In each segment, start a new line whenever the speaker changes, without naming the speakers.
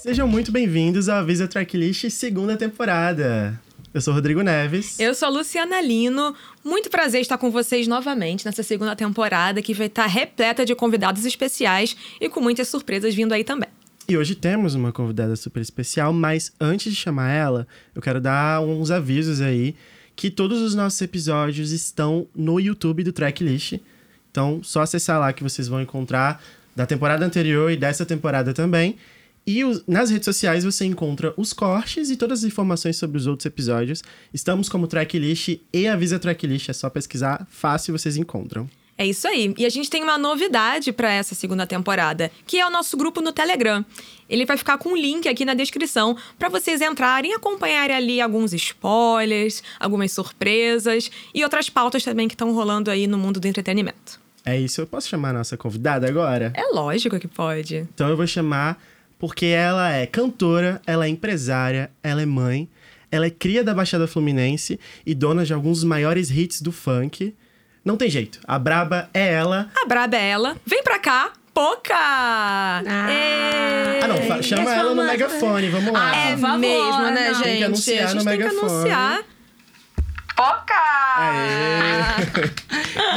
Sejam muito bem-vindos à Visa Tracklist segunda temporada. Eu sou Rodrigo Neves.
Eu sou a Luciana Lino. Muito prazer estar com vocês novamente nessa segunda temporada que vai estar repleta de convidados especiais e com muitas surpresas vindo aí também.
E hoje temos uma convidada super especial, mas antes de chamar ela, eu quero dar uns avisos aí que todos os nossos episódios estão no YouTube do Tracklist. Então, só acessar lá que vocês vão encontrar da temporada anterior e dessa temporada também. E os- nas redes sociais você encontra os cortes e todas as informações sobre os outros episódios. Estamos como tracklist e avisa tracklist, é só pesquisar, fácil vocês encontram.
É isso aí. E a gente tem uma novidade para essa segunda temporada, que é o nosso grupo no Telegram. Ele vai ficar com um link aqui na descrição para vocês entrarem e acompanharem ali alguns spoilers, algumas surpresas e outras pautas também que estão rolando aí no mundo do entretenimento.
É isso, eu posso chamar a nossa convidada agora?
É lógico que pode.
Então eu vou chamar porque ela é cantora, ela é empresária, ela é mãe, ela é cria da Baixada Fluminense e dona de alguns dos maiores hits do funk. Não tem jeito, a braba é ela.
A braba é ela. Vem pra cá, Poca! Ê!
Ah não, fa- chama
Mas
ela no
vamos lá,
megafone, vamos lá.
Ah, é
Por favor,
mesmo, né,
não.
gente?
Tem que anunciar
a
no
A gente tem que
megafone.
anunciar.
Aê.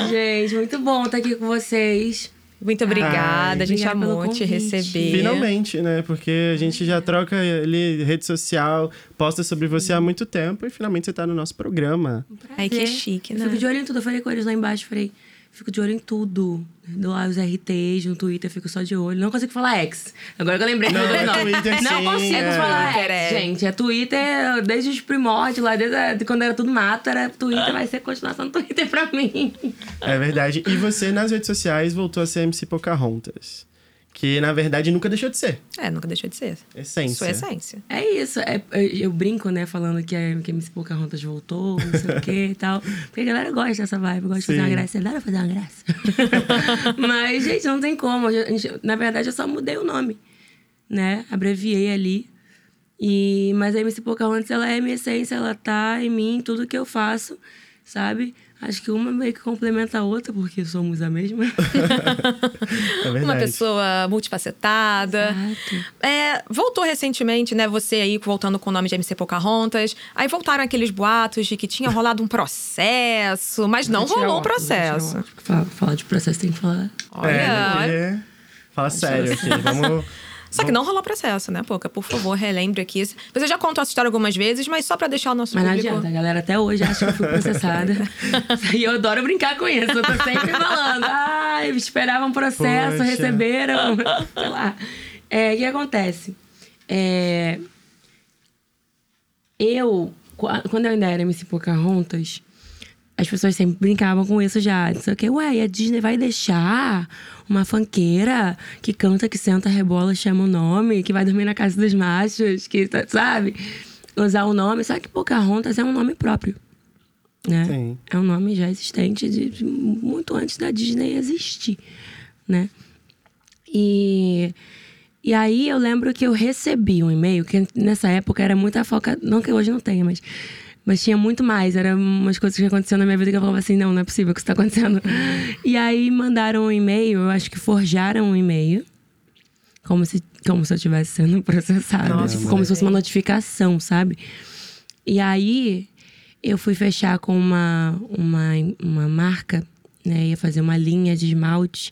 É.
Gente, muito bom estar aqui com vocês.
Muito obrigada,
Ai,
a gente
obrigada pelo
amou te
convite.
receber.
Finalmente, né? Porque a gente já troca ali rede social, posta sobre você há muito tempo e finalmente você tá no nosso programa.
Ai, que
Prazer.
chique,
Eu
né?
Fico de olho em tudo. Eu falei com eles lá embaixo, falei, fico de olho em tudo. Dou lá os RTs no Twitter, fico só de olho. Não consigo falar ex. Agora que eu lembrei que
Não,
mudou o
é
nome.
Twitter,
Não
sim,
consigo
é.
falar
Twitter,
ex,
é.
gente. É Twitter desde os primórdios, lá desde a- de quando era tudo mato, era
Ah.
Twitter, vai ser continuação do Twitter pra mim.
É verdade. E você, nas redes sociais, voltou a ser MC Pocahontas. Que, na verdade, nunca deixou de ser.
É, nunca deixou de ser.
Essência.
Sua essência.
É isso, é- eu, eu brinco, né, falando que a, que a Miss Pocahontas voltou, não sei o que e tal. Porque a galera gosta dessa vibe, gosta de
Sim.
fazer uma graça. Adora fazer uma graça. Mas, gente, não tem como. A gente- na verdade, eu só mudei o nome, né? Abreviei ali. E, mas a MC Pocahontas, ela é minha essência, ela tá em mim, em tudo que eu faço, sabe? Acho que uma meio que complementa a outra, porque somos a mesma.
Então
É verdade.
Uma pessoa multifacetada. É, voltou recentemente, né? Você aí voltando com o nome de MC Pocahontas. Aí voltaram aqueles boatos de que tinha rolado um processo, mas
é
não rolou o processo.
Falar fala de processo tem que falar.
Olha,
É, porque... Fala sério aqui. Vamos.
Só que não rolou processo, né, Poca? Por favor, relembre aqui. Você já contou essa história algumas vezes, mas só pra deixar o nosso
Mas não
público.
adianta, a galera até hoje acha que eu fui processada. e eu adoro brincar com isso, eu tô sempre falando. Ai, esperavam processo,
Poxa.
receberam. Sei lá. É, o que acontece? É, eu, qua- quando eu ainda era MC Pocahontas, as pessoas sempre brincavam com isso já. Não sei o quê. Ué, e a Disney vai deixar uma fanqueira que canta, que senta, rebola, chama o nome, que vai dormir na casa dos machos, que tá- sabe? Usar o nome. Só que Pocahontas é um nome próprio. Né?
Sim.
É um nome já existente de- de muito antes da Disney existir, né? E, e aí eu lembro que eu recebi um e-mail, que nessa época era muita foca. Não que hoje não tenha, mas. Mas tinha muito mais, eram umas coisas que aconteciam na minha vida que eu falava assim, não, não é possível que isso tá acontecendo. e aí mandaram um e-mail, eu acho que forjaram um e-mail. Como se, como se eu estivesse sendo processada.
Nossa,
tipo,
mãe.
como se fosse uma notificação, sabe? E aí eu fui fechar com uma, uma, uma marca, né? Ia fazer uma linha de esmalte.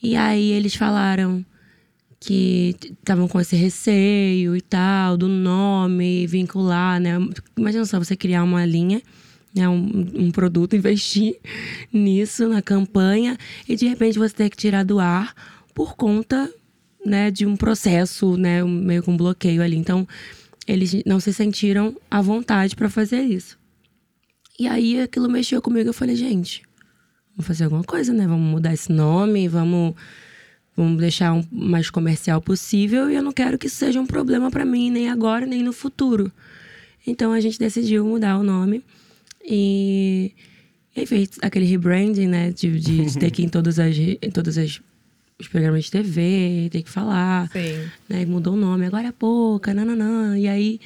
E aí eles falaram que estavam com esse receio e tal, do nome, vincular, né? Imagina só você criar uma linha, né? Um, um produto, investir nisso, na campanha, e de repente você ter que tirar do ar por conta né, de um processo, né, um- meio com bloqueio ali. Então, eles não se sentiram à vontade para fazer isso. E aí aquilo mexeu comigo, eu falei, gente, vamos fazer alguma coisa, né? Vamos mudar esse nome, vamos vamos deixar o mais comercial possível e eu não quero que isso seja um problema para mim nem agora, nem no futuro. Então a gente decidiu mudar o nome e e fez aquele rebranding, né, de, de- de ter que ir em todas as re- em todas as os programas de TV, ter que falar
Sim.
né? e Mudou o nome, agora é Poca, nananã. E aí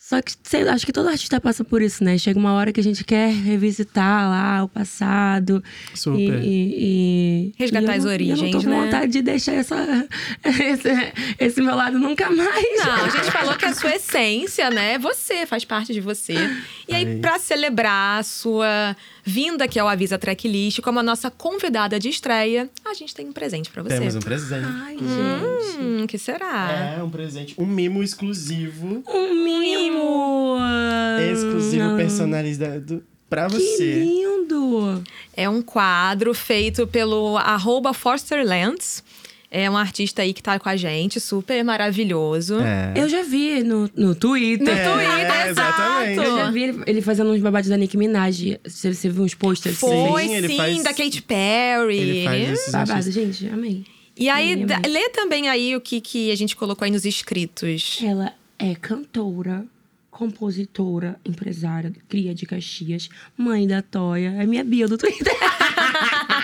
Só que sei, acho que todo artista passa por isso, né? Chega uma hora que a gente quer revisitar lá o passado.
Super.
E, e- e-
Resgatar
e eu
as
não- Eu não
origens,
tô com
né?
vontade de deixar essa, esse, esse meu lado nunca mais.
Não, a gente falou que a sua essência, né? é Você faz parte de você. E
Aí.
aí, pra celebrar a sua vinda, que é o Avisa Tracklist, como a nossa convidada de estreia, a gente tem um presente pra você.
Temos um presente.
Ai, gente.
Hum, que
Ah.
será?
É, um presente. Um mimo exclusivo.
Hum.
Um mimo!
exclusivo personalizado pra
Ah. Que
você.
lindo!
É um quadro feito pelo arroba Fosterlands. É um artista aí que tá com a gente, super maravilhoso.
É.
Eu já vi no, no Twitter.
No
É,
Twitter,
exatamente.
exato.
Eu já vi ele, ele fazendo uns babados da Nicki Minaj. Você, você viu uns posters? que você
Foi
Sim,
sim,
ele faz-
da Katy Perry.
Ele faz esses
fez? Babado,
artistas.
gente, amei.
E aí,
Sim,
dá-
amei.
lê também aí o que, que a gente colocou aí nos inscritos.
Ela é cantora, compositora, empresária, cria de Caxias, mãe da Toia. É minha bio do Twitter.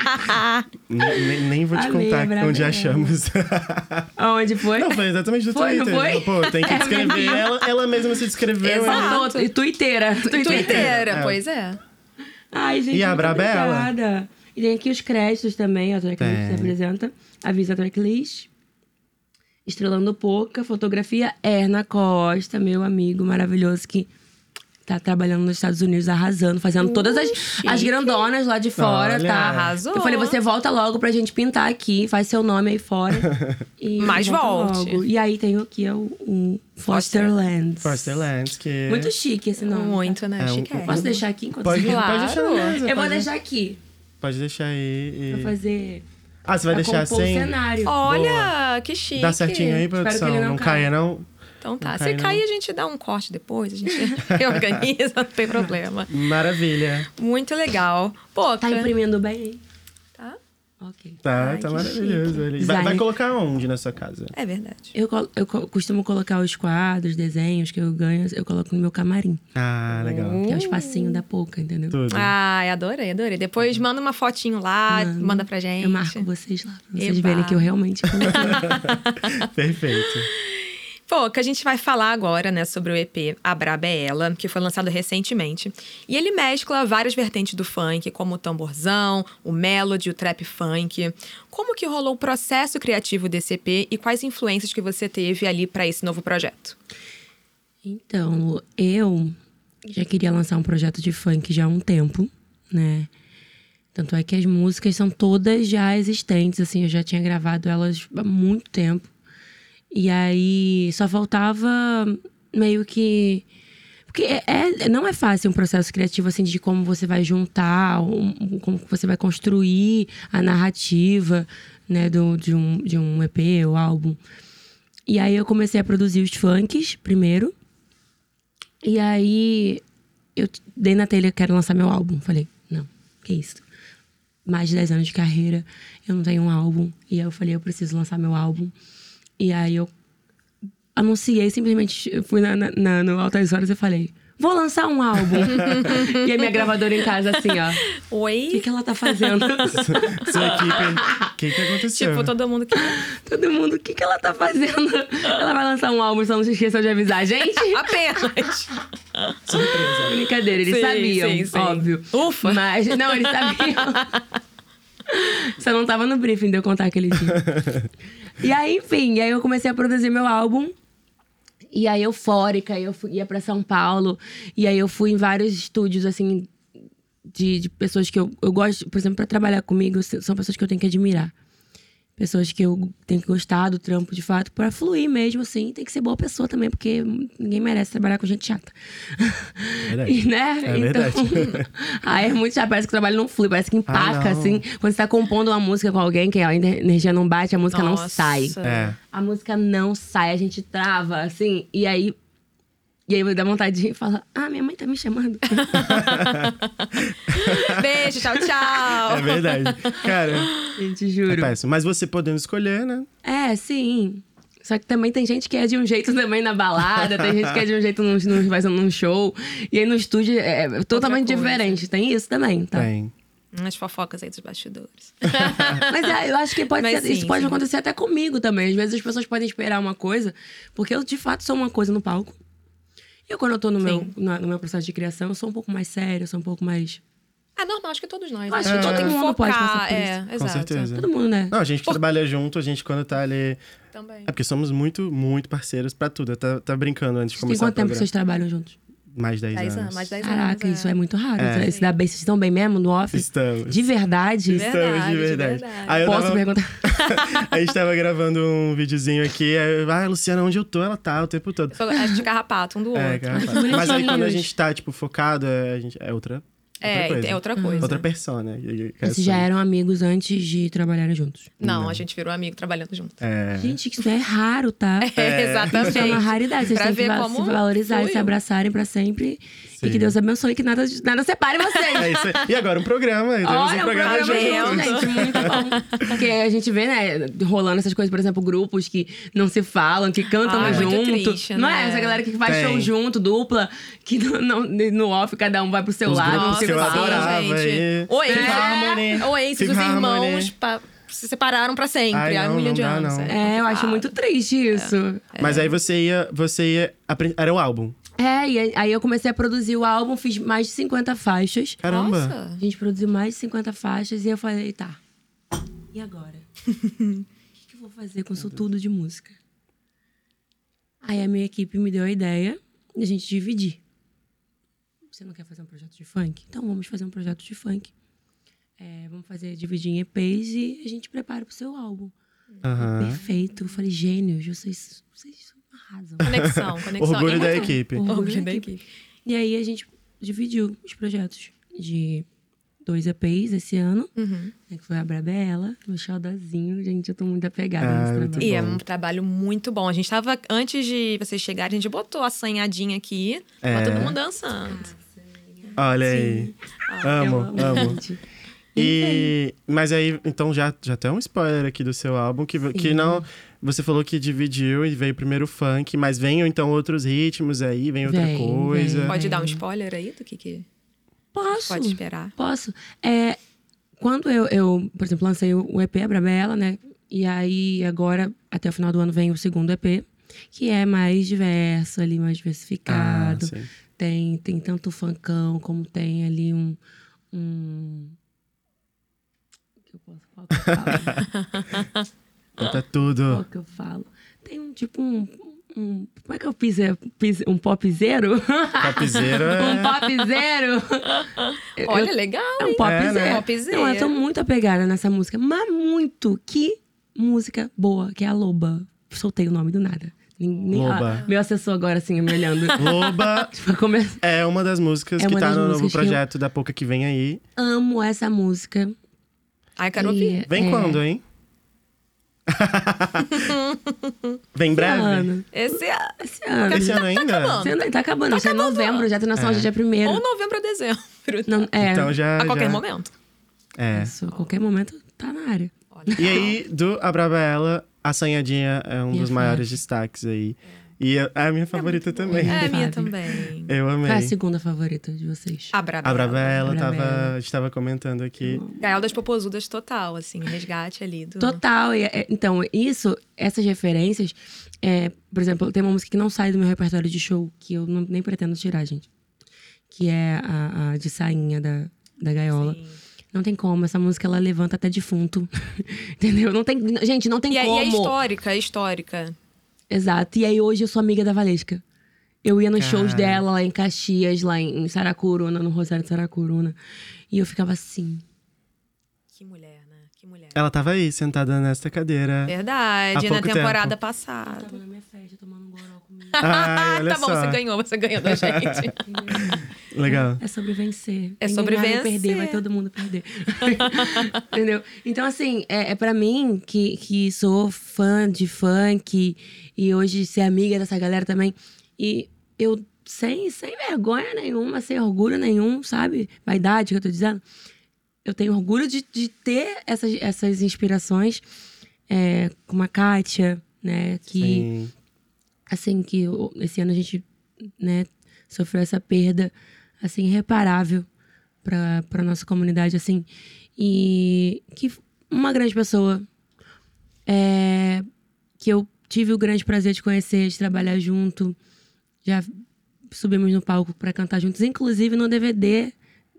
Ne- ne- Nem vou te
Amei,
contar
brava
onde
mesmo.
achamos.
Aonde foi?
Não, foi exatamente do
Foi, não
Twitter. né?
foi?
Pô, tem que
É,
descrever.
mesmo.
ela, ela mesma se descreveu. né?
Exato.
ela-
Faltou, Twittera.
Twitter,
É.
pois é.
Ai, gente,
E a
muito
braba é ela.
obrigada. E tem aqui os créditos também, ó, a tracklist se apresenta. Avisa a tracklist. Estrelando Pouca, fotografia Erna Costa, meu amigo maravilhoso que tá trabalhando nos Estados Unidos, arrasando, fazendo todas as, as grandonas lá de fora,
Olha.
tá?
Arrasou.
Eu falei, você volta logo pra gente pintar aqui, faz seu nome aí fora. E
Mas
volta
volte.
E aí tem aqui ó, o, o Fosterlands.
Foster Lance, que...
Muito chique esse nome.
Muito, né?
É, um-
Chique.
Posso deixar aqui enquanto
Pode,
você
pode
Claro.
deixar na mesa,
Eu vou
pode-
deixar aqui.
Pode deixar aí.
Pra
e-
fazer.
Ah, você vai
pra
deixar
compor
assim?
o cenário.
Olha, que chique.
Dá certinho aí,
Espero que ele
produção.
não
Não, caia,
caia.
não.
Então tá.
Não
Se
cai, não.
cair, a gente dá um corte depois, a gente reorganiza, não tem problema.
Maravilha.
Muito legal. Pô,
Tá imprimindo bem, hein?
tá?
Ok.
Tá,
Ai,
tá
que
maravilhoso.
chique.
ele. Vai,
Design.
vai colocar onde na sua casa?
É verdade.
Eu, colo- eu co- costumo colocar os quadros, desenhos que eu ganho, eu coloco no meu camarim.
Ah, legal.
Hum.
Que é o espacinho da pouca, entendeu?
Tudo.
Ai, adorei, adorei. Depois manda uma fotinho lá,
Mando.
manda pra gente.
Eu marco vocês lá, pra vocês
Eba.
verem que eu realmente coloquei.
Perfeito.
Pô, que a gente vai falar agora, né, sobre o EP A Braba é Ela, que foi lançado recentemente. E ele mescla várias vertentes do funk, como o tamborzão, o melody, o trap funk. Como que rolou o processo criativo desse EP e quais influências que você teve ali pra esse novo projeto?
Então, Lu, eu já queria lançar um projeto de funk já há um tempo, né? Tanto é que as músicas são todas já existentes, assim, eu já tinha gravado elas há muito tempo. E aí só faltava meio que. Porque é, é- não é fácil um processo criativo, assim, de como você vai juntar, um- um- como que você vai construir a narrativa, né, do, de, um, de um EP ou álbum. E aí eu comecei a produzir os funks primeiro. E aí eu t- dei na telha, quero lançar meu álbum. Falei, não, que isso. Mais de 10 anos de carreira, eu não tenho um álbum. E aí eu falei, eu preciso lançar meu álbum. E aí eu anunciei, simplesmente eu fui na, na- na- no Altas Horas e falei, vou lançar um álbum. e a minha gravadora em casa assim, ó, o que,
Oi?
que ela tá fazendo?
Sua equipe, o que, que
é
aconteceu?
Tipo, todo mundo que.
Todo mundo, o que, que ela tá fazendo? Ela vai lançar um álbum, só não se esqueçam de avisar, gente.
Apenas.
é Brincadeira, eles
Sim,
sabiam,
sim, sim.
óbvio.
Ufa.
Mas, não, eles sabiam. Só não tava no briefing de eu contar aquele dia. E aí, enfim, aí eu comecei a produzir meu álbum. E aí, eufórica, eu fui, ia pra São Paulo. E aí, eu fui em vários estúdios, assim, de, de pessoas que eu, eu gosto. Por exemplo, pra trabalhar comigo, são pessoas que eu tenho que admirar. Pessoas que eu tenho que gostar do trampo, de fato, pra fluir mesmo, assim. Tem que ser boa pessoa também, porque ninguém merece trabalhar com gente chata.
Verdade.
E, né?
É verdade.
então, aí é muito chato, parece que o trabalho não flui, parece que empaca,
Ah, não.
assim. Quando você tá compondo uma música com alguém que a energia não bate, a música não sai.
É.
A música não sai, a gente trava, assim, e aí. E aí dá vontade de falar, ah, minha mãe tá me chamando.
Beijo, tchau, tchau.
É verdade. Cara,
gente,
é
juro.
péssimo. Mas você podendo escolher, né?
É, sim. Só que também tem gente que é de um jeito também na balada, tem gente que é de um jeito num, num, vai num show. E aí no estúdio é totalmente
coisa.
diferente. Tem isso também, tá?
Tem.
As fofocas aí dos bastidores.
Mas é, eu acho que pode
Mas
ser-
sim,
isso pode
sim.
acontecer até comigo também. Às vezes as pessoas podem esperar uma coisa, porque eu de fato sou uma coisa no palco. Eu, quando eu tô no, meu,
Sim.
na- no meu processo de criação, eu sou um pouco mais séria, eu sou um pouco mais.
É normal, acho que todos nós.
Eu acho
né?
que
A gente
todo
tem
mundo pode passar por
é,
Com
exato.
certeza.
Todo mundo, né?
Não, a gente que trabalha junto, a gente quando tá ali.
Também.
É porque somos muito, muito parceiros pra tudo. Eu tá, tá brincando antes de
Tem
começar
quanto
o
tempo
programa.
que vocês trabalham juntos?
Mais 10
Dez
anos.
anos, mais 10 anos.
Caraca, isso é muito raro.
É.
Isso dá bem, vocês estão bem mesmo no office?
Estamos. É,
De verdade?
De
Estamos,
Verdade,
de
de
verdade.
verdade.
Aí eu
Posso
tava-
perguntar?
a gente tava gravando um videozinho aqui. Aí, eu, ah, Luciana, onde eu tô? Ela tá o tempo todo.
Só- A gente carrapato um do outro.
É,
É,
cara,
bonitinho.
mas aí quando a gente tá, tipo, focado, é, a gente- é outra, outra
e
coisa.
tem outra coisa.
Outra persona. E- e-
Vocês já eram amigos antes de trabalharem juntos.
Não, a gente virou amigo trabalhando junto.
É.
Gente, isso é raro, tá? Isso
Exatamente.
é uma raridade. Vocês
Pra
têm que
ver
va-
como
se valorizar e se
fluiu.
abraçarem pra sempre. E
Sim.
que Deus abençoe, que nada, nada separe vocês.
É isso aí. E agora um programa. e Temos um
Olha, o
programa
programa
juntos.
é
junto.
esse, gente, muito bom. Porque a gente vê, né, rolando essas coisas, por exemplo, grupos que não se falam, que cantam
Ah,
junto.
muito triste,
não
né?
é? Essa galera que faz
Tem.
show junto, dupla, que no, no, no off cada um vai pro seu
Os
lado, não
grupos
se
que eu
fala.
adorava, aí.
Oi,
Fifth Harmony.
é. Oi, se os
Fifth Harmony.
irmãos pa- se separaram pra sempre.
Ai,
há
não,
um milhão
não
de
dá,
anos.
não.
É, eu acho muito triste isso.
Mas aí você ia. Você ia. apre- Era o álbum.
É, e aí- aí eu comecei a produzir o álbum, fiz mais de 50 faixas.
Caramba.
A gente produziu mais de 50 faixas e eu falei, tá. E agora? O que, que eu vou fazer com isso tudo de música? Aí a minha equipe me deu a ideia de a gente dividir. Você não quer fazer um projeto de funk? Então vamos fazer um projeto de funk. É, vamos fazer dividir em EPs e a gente prepara pro seu álbum.
Aham.
Perfeito. Eu falei, gênios, vocês, vocês arrasam.
Conexão, conexão.
Orgulho
E
da
muito-
equipe.
Orgulho da equipe.
E aí a gente dividiu os projetos de dois EPs esse ano.
Uhum.
né, Que foi a Brabela, meu xodozinho. Gente, eu tô muito apegada
Ah,
nesse
muito
trabalho.
E é
bom.
um trabalho muito bom. A gente tava, antes de vocês chegarem, a gente botou a sanhadinha aqui.
É.
Tá todo mundo dançando.
Olha aí.
Ah, Eu
Amo, amo.
gente. Então,
E, mas aí, então já, já tem um spoiler aqui do seu álbum, que, que não. Você falou que dividiu e veio primeiro o funk, mas venham então outros ritmos aí, vem outra
Vem,
coisa.
vem.
Pode
É.
dar um spoiler aí do que, que
Posso?
pode esperar?
Posso. É, quando eu, eu, por exemplo, lancei o o EP Brabela, né? E aí agora, até o final do ano, vem o segundo EP. Que é mais diverso ali, mais
Ah,
diversificado.
sim.
Tem, tem tanto funkão, como tem ali um. um... O que eu posso qual que eu falo?
Conta
Qual
Então tá tudo.
que eu falo? Tem um tipo um. um- como é que eu fiz? É, fiz- Um popzeiro?
Popzeiro
um
é-
popzeiro? Eu- eu-
Olha, legal.
é um popzeiro.
né?
Popzeiro.
Não, eu tô muito apegada nessa música. Mas muito. Que música boa, que é a Loba. Soltei o nome do nada. Nem- nem-
Loba.
ah, meu assessor agora, assim, me olhando.
Loba
Tipo, começar.
é uma das músicas
É
que
uma
tá
das
no novo
músicas que eu-
projeto da Pouca que vem aí.
Amo essa música.
Ai, quero
E-
ouvir.
Vem
é,
quando, hein? vem breve?
ano.
Esse é-
Esse ano.
Esse ano ainda?
acabando.
Esse ano tá acabando. Isso é novembro, já tem noção, hoje é dia
ou
primeiro.
novembro ou dezembro.
Não, é,
Então já.
a qualquer
já-
momento.
É.
isso, a qualquer momento tá na área.
Olha.
E aí, do Abrabaela, a Sanhadinha é um
Minha
dos maiores
fave.
destaques aí. E é é a minha favorita também.
bom.
É, a minha
Fábio.
também.
Eu amei.
Qual é a segunda favorita de vocês?
A Brabela.
A é- Brabela, tava,
Brabela.
a gente tava comentando aqui.
Gael das Popozudas total, assim. Resgate ali do...
Total. e- é, então, isso, essas referências. é, por exemplo, tem uma música que não sai do meu repertório de show, que eu não- nem pretendo tirar, gente. Que é a, a de sainha da, da gaiola.
Sim.
Não tem como, essa música ela levanta até defunto. Entendeu? Não tem, gente, não tem
E é, e
como.
é histórica, é histórica.
Exato. E aí hoje eu sou amiga da Valesca. Eu ia nos
Cara.
shows dela lá em Caxias, lá em em Saracuruna, no Rosário de Saracuruna. E eu ficava assim.
Que mulher, né? Que mulher.
Ela tava aí, sentada nesta cadeira.
É. Verdade,
Há
na
pouco
temporada
tempo.
passada.
na minha festa, tomando um goró comigo.
Ai, olha
tá bom,
só.
você ganhou, você ganhou da gente.
Legal.
É sobre vencer.
É
Ninguém
sobre
vai
vencer.
perder, vai todo mundo perder. Entendeu? Então, assim, é, é para mim que, que sou fã de funk e hoje ser amiga dessa galera também. E eu, sem, sem vergonha nenhuma, sem orgulho nenhum, sabe? Vaidade que eu tô dizendo. Eu tenho orgulho de, de ter essas, essas inspirações, é, como a Kátia, né? Que
Sim.
assim que o- esse ano a gente né sofreu essa perda assim irreparável para para nossa comunidade assim e que f- uma grande pessoa é, que eu tive o grande prazer de conhecer de trabalhar junto já subimos no palco para cantar juntos, inclusive no DVD.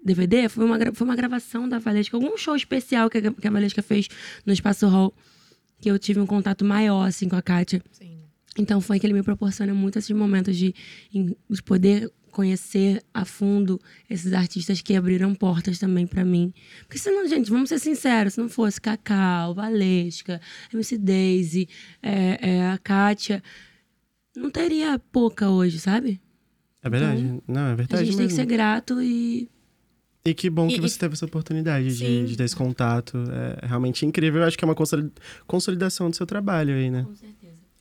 DVD foi uma, gra- foi uma gravação da Valesca, algum show especial que a, que a Valesca fez no Espaço Hall, que eu tive um contato maior, assim, com a Kátia.
Sim.
Então foi que ele me proporciona muito esses momentos de, em- de poder conhecer a fundo esses artistas que abriram portas também pra mim. Porque senão, gente, vamos ser sinceros, se não fosse Cacau, Valesca, MC Daisy, é, é, a Kátia, não teria pouca hoje, sabe?
É verdade.
então,
Não, é
A
verdade
gente
mesmo.
tem que ser grato e
E que bom
E-
que você
e-
teve essa oportunidade
Sim.
de, de ter esse contato. É realmente incrível. Eu acho que é uma consoli- consolidação do seu trabalho aí, né?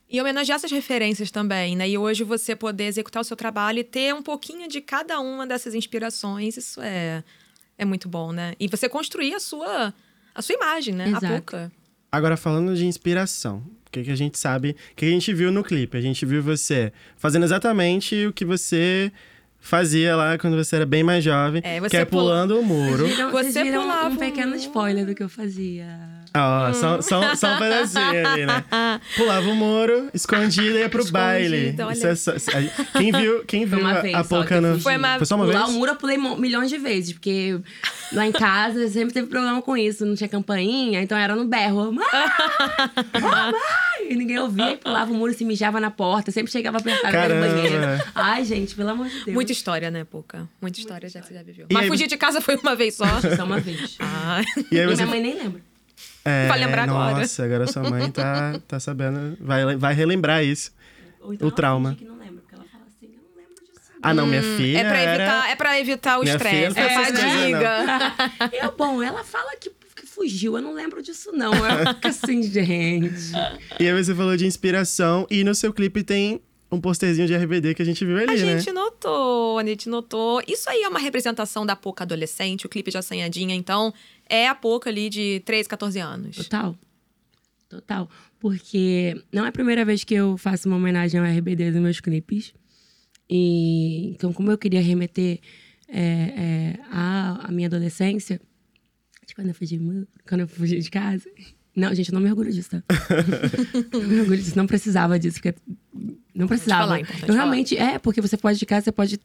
E homenagear essas referências também, né? E hoje você poder executar o seu trabalho e ter um pouquinho de cada uma dessas inspirações, isso é, é muito bom, né? E você construir a sua, a sua imagem, né? A
Exato.
boca.
Agora, falando de inspiração, o que, que a gente sabe, o que a gente viu no clipe? A gente viu você fazendo exatamente o que você fazia lá quando você era bem mais jovem,
É,
que
você
é
pula-
pulando o muro.
Vocês viram, vocês
Você
viram
pulava
um
um
pequeno
muro.
spoiler do que eu fazia.
Ah, ó,
Hum.
só, só, só um pedacinho ali, né? Pulava o muro, escondida e ia pro
Escondida, então,
baile.
olha.
Isso é só- a- quem viu, quem
Foi
viu
uma
a,
vez
a
só
Pouca
que eu
no-
fugi.
Foi uma- um
só uma
Pular o
vez?
muro eu pulei mo- milhões de vezes, porque lá em casa sempre teve problema com isso, não tinha campainha, então era no berro. Mãe! Ah, mãe! E ninguém ouvia, e pulava o muro, se mijava na porta, sempre chegava apertada no
Caramba.
banheiro. Ai, gente, pelo amor de Deus.
Muita história, né, Pouca? Muita história já que você já viveu.
E
Mas
aí-
fugir de casa foi uma vez só.
Só uma vez.
Ah.
E
E
aí você
minha mãe nem lembra.
É,
Vai lembrar agora.
Nossa, agora sua mãe tá, tá sabendo. Vai, vai relembrar isso.
Ou então
O
ela
trauma.
finge que não lembra, porque ela fala assim, eu não lembro disso.
Ah, não, minha filha.
É pra
era-
evitar, é pra evitar o
Minha né? filha,
estresse, É,
não
a
faz essas coisas,
fadiga.
Eu, bom, ela fala que, que fugiu, eu não lembro disso não. Eu fico assim, gente...
E aí você falou de inspiração. E no seu clipe tem um posterzinho de RBD que a gente viu ali,
A
né?
gente notou, a gente notou. Isso aí é uma representação da Pouca adolescente, o clipe de Assanhadinha, então é a Pouca ali de 13, 14 anos.
Total. Total. Porque não é a primeira vez que eu faço uma homenagem ao RBD nos meus clipes. E, então, como eu queria remeter é, é, à, à minha adolescência, de quando eu fugi, mu- quando eu fugi de casa. Não, gente, eu não me orgulho disso, tá? não me orgulho disso. Não precisava disso, porque não precisava.
falar, é importante
eu realmente, é, porque você pode de casa, você pode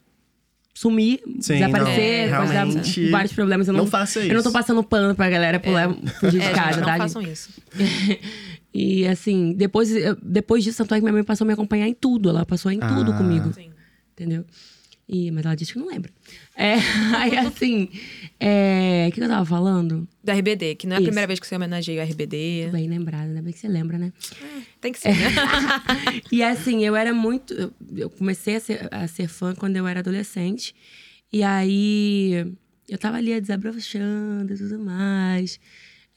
sumir,
Sim,
desaparecer,
não,
pode dar
realmente.
vários problemas. Eu
Não
não,
faça
Eu
É
não
isso.
tô passando pano pra galera pular, fugir de
É,
casa,
gente, não
tá?
façam isso.
e assim, depois, eu- depois disso, tanto é que minha mãe passou a me acompanhar em tudo. Ela passou em tudo
Ah.
comigo.
Sim.
Entendeu? E, mas ela disse que não lembra. É, aí assim, é, o que, que eu tava falando?
Do RBD, que não é a
Isso.
primeira vez que você homenageia o RBD.
Bem lembrada, ainda bem que você lembra, né?
Tem que ser, né?
e assim, eu era muito. eu- Eu comecei a ser, a ser fã quando eu era adolescente. E aí eu tava ali desabrochando e tudo mais.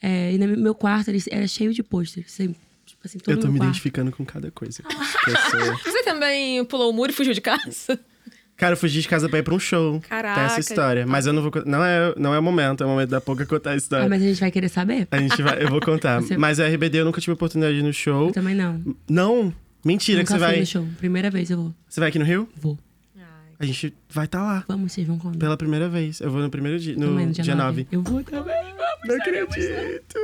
É, e no meu quarto ele era cheio de pôster. assim, Tipo assim, todo
Eu tô
meu
me
quarto.
identificando com cada coisa. que eu sou.
Você também pulou o muro e fugiu de casa?
Cara, eu fugi de casa pra ir pra um show. Tem essa
Caraca.
história. Mas eu não vou. co- Não é, não é o momento, é o momento da pouca contar a
Ah,
história.
mas a gente vai querer saber?
A gente vai, eu vou contar.
Você-
Mas a RBD eu nunca tive oportunidade de ir no show.
Eu também não.
Não! Mentira,
Nunca
que você
fui
vai.
no show. Primeira vez eu vou.
Você vai aqui no Rio?
Vou.
A gente vai estar tá lá.
Vamos, vocês vão comigo.
Pela primeira vez. Eu vou no primeiro dia. No
Também,
dia 9.
Eu vou também.
Não acredito.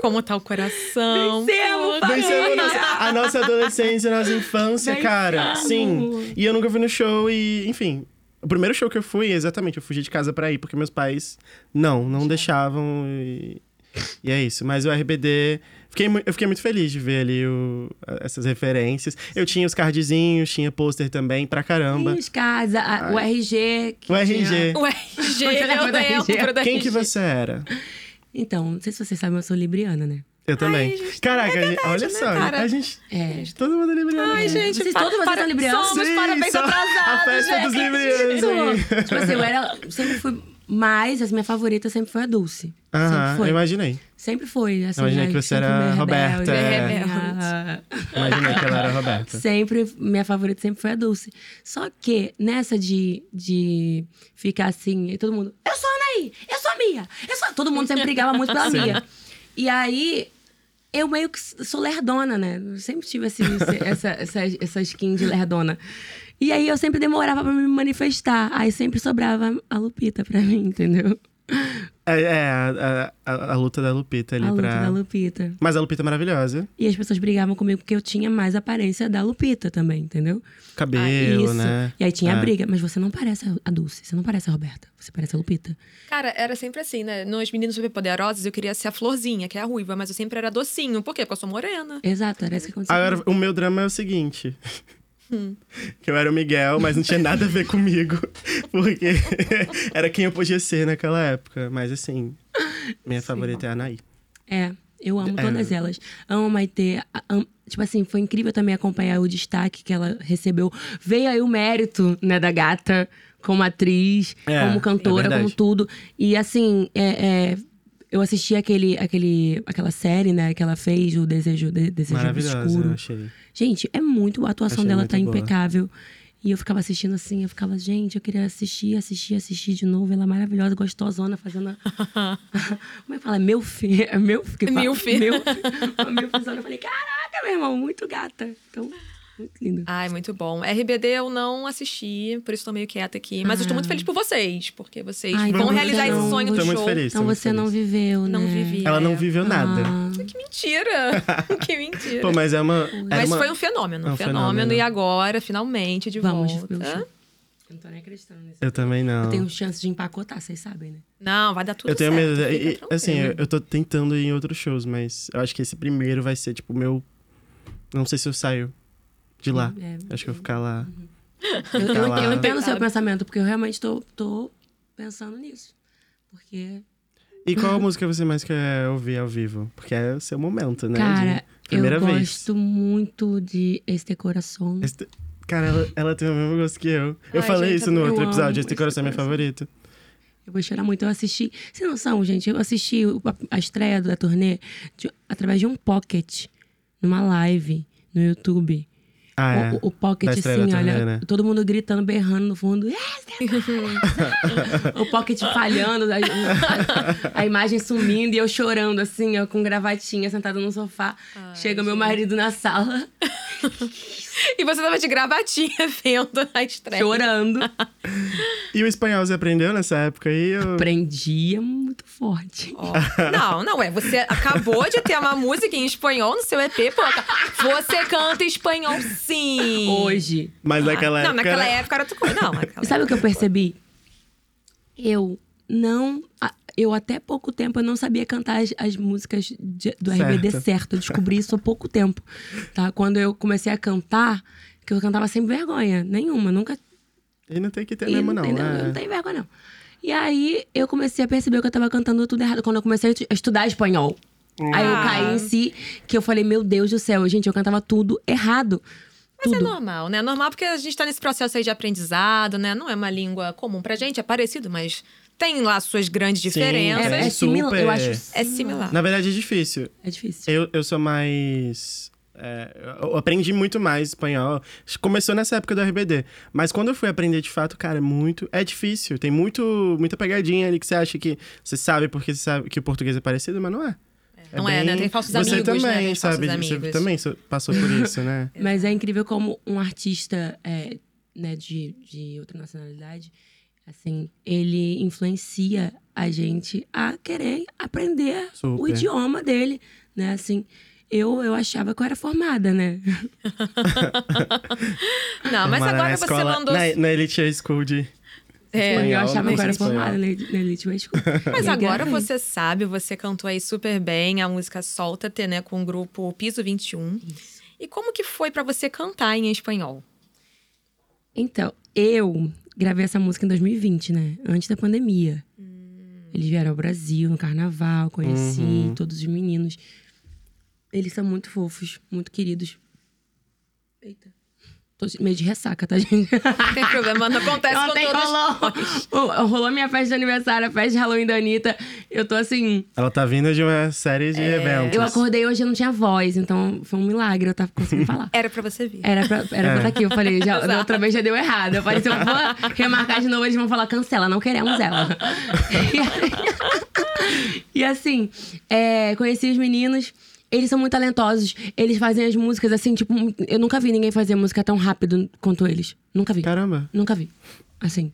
Como tá o coração?
Vencemos,
Pô,
Vencemos nossa- a nossa adolescência, a nossa infância,
Vencemos.
cara. Sim. E eu nunca fui no show e, enfim. O primeiro show que eu fui, exatamente, eu fugi de casa pra ir, porque meus pais não, não deixavam. E, e é isso. Mas o RBD. Fiquei, mu- eu fiquei muito feliz de ver ali o- essas referências. Eu tinha os cardzinhos, tinha pôster também, pra caramba.
Os casa, a- o RG. que
O
tinha-
RG.
é O RG,
Você
eu
lembra da RG?
lembro da
Quem que
RG.
você era?
Então, não sei se vocês sabem, eu sou libriana, né?
Eu também.
gente,
Caraca,
é
a gente-
verdade,
olha
né,
só,
cara?
a gente.
É.
Todo mundo é libriano.
Ai, gente,
Vocês-
pa-
todos vocês
para- um
são librianos?
Somos
Sim,
parabéns
só-
atrasados,
a festa
gente.
dos librianos. hein?
Sou. tipo assim, eu era. Sempre fui mais, assim, minha favorita sempre foi a Dulce. sempre
Aham, eu
foi.
imaginei.
Sempre foi, assim.
Imaginei
a-
que você
sempre
era
meio
Roberta,
rebelde, né?
é.
a-
Imaginei que ela era a Roberta.
Sempre, minha favorita sempre foi a Dulce. Só que nessa de, de ficar assim, e todo mundo, eu sou a Anaí, eu sou a Mia, eu sou. a-" Todo mundo sempre brigava muito pela Mia. E aí, eu meio que sou lerdona, né? Eu sempre tive esse, esse- essa, essa, essa skin de lerdona. E aí eu sempre demorava pra me manifestar. Aí sempre sobrava a Lupita pra mim, entendeu?
É, é a, a- a- a luta da Lupita ali
a luta
pra.
da Lupita.
Mas a Lupita é maravilhosa.
E as pessoas brigavam comigo porque eu tinha mais aparência da Lupita também, entendeu? Ah,
Cabelo, né?
E aí tinha
É.
a briga. Mas você não parece a- a Dulce, você não parece a Roberta, você parece a Lupita.
Cara, era sempre assim, né? Nos Meninos Superpoderosos, eu queria ser a florzinha, que é a ruiva, mas eu sempre era docinho. Por quê? Porque eu sou morena.
Exato, era isso que aconteceu.
Agora, o meu drama é o seguinte.
Hum.
Que eu era o Miguel, mas não tinha nada a ver comigo. Porque era quem eu podia ser naquela época. Mas assim, minha favorita é a Anaí.
É, eu amo todas elas. Amo a Maitê. a- am- Tipo assim, foi incrível também acompanhar o destaque que ela recebeu. Veio aí o mérito, né, da gata, como atriz,
É,
como
é
cantora,
verdade.
como tudo. E assim, é, é, eu assisti aquele, aquele, aquela série, né, que ela fez, o Desejo, De- Desejo
Maravilhosa, eu
Obscuro.
achei.
Gente, é muito. A atuação
Achei
dela
muito
tá
boa.
impecável. E eu ficava assistindo assim, eu ficava, gente, eu queria assistir, assistir, assistir de novo. Ela maravilhosa, gostosona, fazendo. a- Como é que fala? Meu filho. É meu filho.
Milf.
Meu filho. Eu falei, caraca, meu irmão, muito gata. Então, muito
Ah,
lindo.
Ai, muito bom. RBD eu não assisti, por isso tô meio quieta aqui. Mas eu tô muito feliz por vocês, porque vocês
Ah. Ai,
vão
então
realizar
você
esse
não-
sonho do
Tô
show.
muito feliz. tô
Então
é muito
você não
feliz.
viveu, né?
Não vivi.
Ela não
é.
viveu nada.
Ah,
Que mentira! que mentira.
Pô, mas é uma. era
mas
uma-
foi um fenômeno,
É um
um fenômeno.
fenômeno.
E agora, finalmente, de
vamos ver o
volta.
show. Eu não tô nem acreditando nisso.
Eu também não.
Eu tenho chance de empacotar, vocês sabem, né?
Não, vai dar tudo
Eu tenho
certo.
medo.
fica
e- e,
tranquila.
assim, eu, eu tô tentando ir em outros shows, mas eu acho que esse primeiro vai ser, tipo, o meu. Não sei se eu saio de lá.
É,
Acho que eu vou ficar lá.
Eu, eu- eu
Calado.
entendo o seu
Coitado.
pensamento, porque eu realmente tô, tô pensando nisso. Porque,
E qual música você mais quer ouvir ao vivo? Porque é o seu momento, né?
cara,
De primeira
eu
vez.
gosto muito de Este Coração.
Este- Cara, ela, ela tem o mesmo gosto que eu. Eu
Ai,
falei
gente,
isso no
eu
outro
amo
episódio.
esse
Este coração é meu
coração.
favorito.
Eu vou chorar muito. Eu assisti. Vocês não são, gente? Eu assisti o- a, a estreia da turnê de- através de um pocket, numa live no YouTube.
Ah, é.
O, o- o pocket,
Da
assim,
estreia da turnê,
olha,
né?
todo mundo gritando, berrando no fundo. "Este Coração!" o pocket falhando, a, a imagem sumindo e eu chorando, assim, ó, com gravatinha, sentada no sofá. Chega meu marido na sala,
E você tava de gravatinha vendo a estreia.
chorando.
E o espanhol você aprendeu nessa época aí? Eu...
Prendia muito forte.
Ó, Não, não é. Você acabou de ter uma música em espanhol no seu EP, pô. Você canta espanhol sim.
Hoje.
Mas
Ah,
naquela época.
Não, naquela
era-
época era outra coisa. Não, naquela
E sabe o que eu percebi? Eu não. a- Eu até pouco tempo eu não sabia cantar as, as músicas de- do RBD
Certo.
certo. Eu descobri isso há pouco tempo. Tá? Quando eu comecei a cantar, que eu cantava sem vergonha nenhuma. Nunca
E não tem que ter
e
mesmo, não.
tem,
né?
não tem vergonha, não. E aí eu comecei a perceber que eu tava cantando tudo errado. Quando eu comecei a estu- a estudar espanhol. Aí eu
Ah.
caí em si, que eu falei, meu Deus do céu, gente, eu cantava tudo errado.
Mas
tudo.
é normal, né? Normal porque a gente tá nesse processo aí de aprendizado, né? Não é uma língua comum pra gente, é parecido, mas tem lá suas grandes diferenças.
tem.
é, é similar. Eu acho.
É similar.
Na verdade é difícil.
É difícil.
Eu, eu sou mais. é, eu aprendi muito mais espanhol. Começou nessa época do RBD. Mas quando eu fui aprender de fato, cara, é muito. É difícil. Tem muito, muita pegadinha ali que você acha que você sabe porque você sabe que o português é parecido, mas não é.
não é, né? Tem falsos
você
amigos, né?
também
Tem falsos
sabe. Você
amigos.
também so- passou por isso, né?
Mas é incrível como um artista é, né, de, de outra nacionalidade, assim, ele influencia a gente a querer aprender o
Super.
idioma dele, né? Assim, eu, eu achava que eu era formada, né?
Não,
Formada
mas
na
agora você
escola-
mandou.
Na, na Elite School de.
É.
Espanhol,
eu achava que eu era
espanhol.
formada na na Elite Way School.
Mas
E
agora
gravei.
você sabe, você cantou aí super bem a música Solta-te, né? Com o grupo Piso 21. E como que foi pra você cantar em espanhol?
Então, eu gravei essa música em 2020, né? Antes da pandemia. Eles vieram ao Brasil no carnaval, conheci
Uhum.
todos os meninos. Eles são muito fofos, muito queridos. Eita. Tô meio de ressaca, tá, gente?
Não tem problema, não acontece com
Ontem
todas.
rolou, o- rolou minha festa de aniversário, a festa de Halloween da Anitta. Eu tô assim.
Ela tá vindo de uma série de
É,
eventos.
Eu acordei hoje e não tinha voz, então foi um milagre eu tava conseguindo falar.
Era pra você vir.
Era pra, era pra tá aqui. Eu falei, já, da
Exato.
outra vez já deu errado. Eu falei, se eu for remarcar de novo, eles vão falar, cancela, não queremos ela. e assim, é, conheci os meninos. Eles são muito talentosos. Eles fazem as músicas assim, tipo... Eu nunca vi ninguém fazer música tão rápido quanto eles. Nunca vi.
Caramba.
Nunca vi. Assim.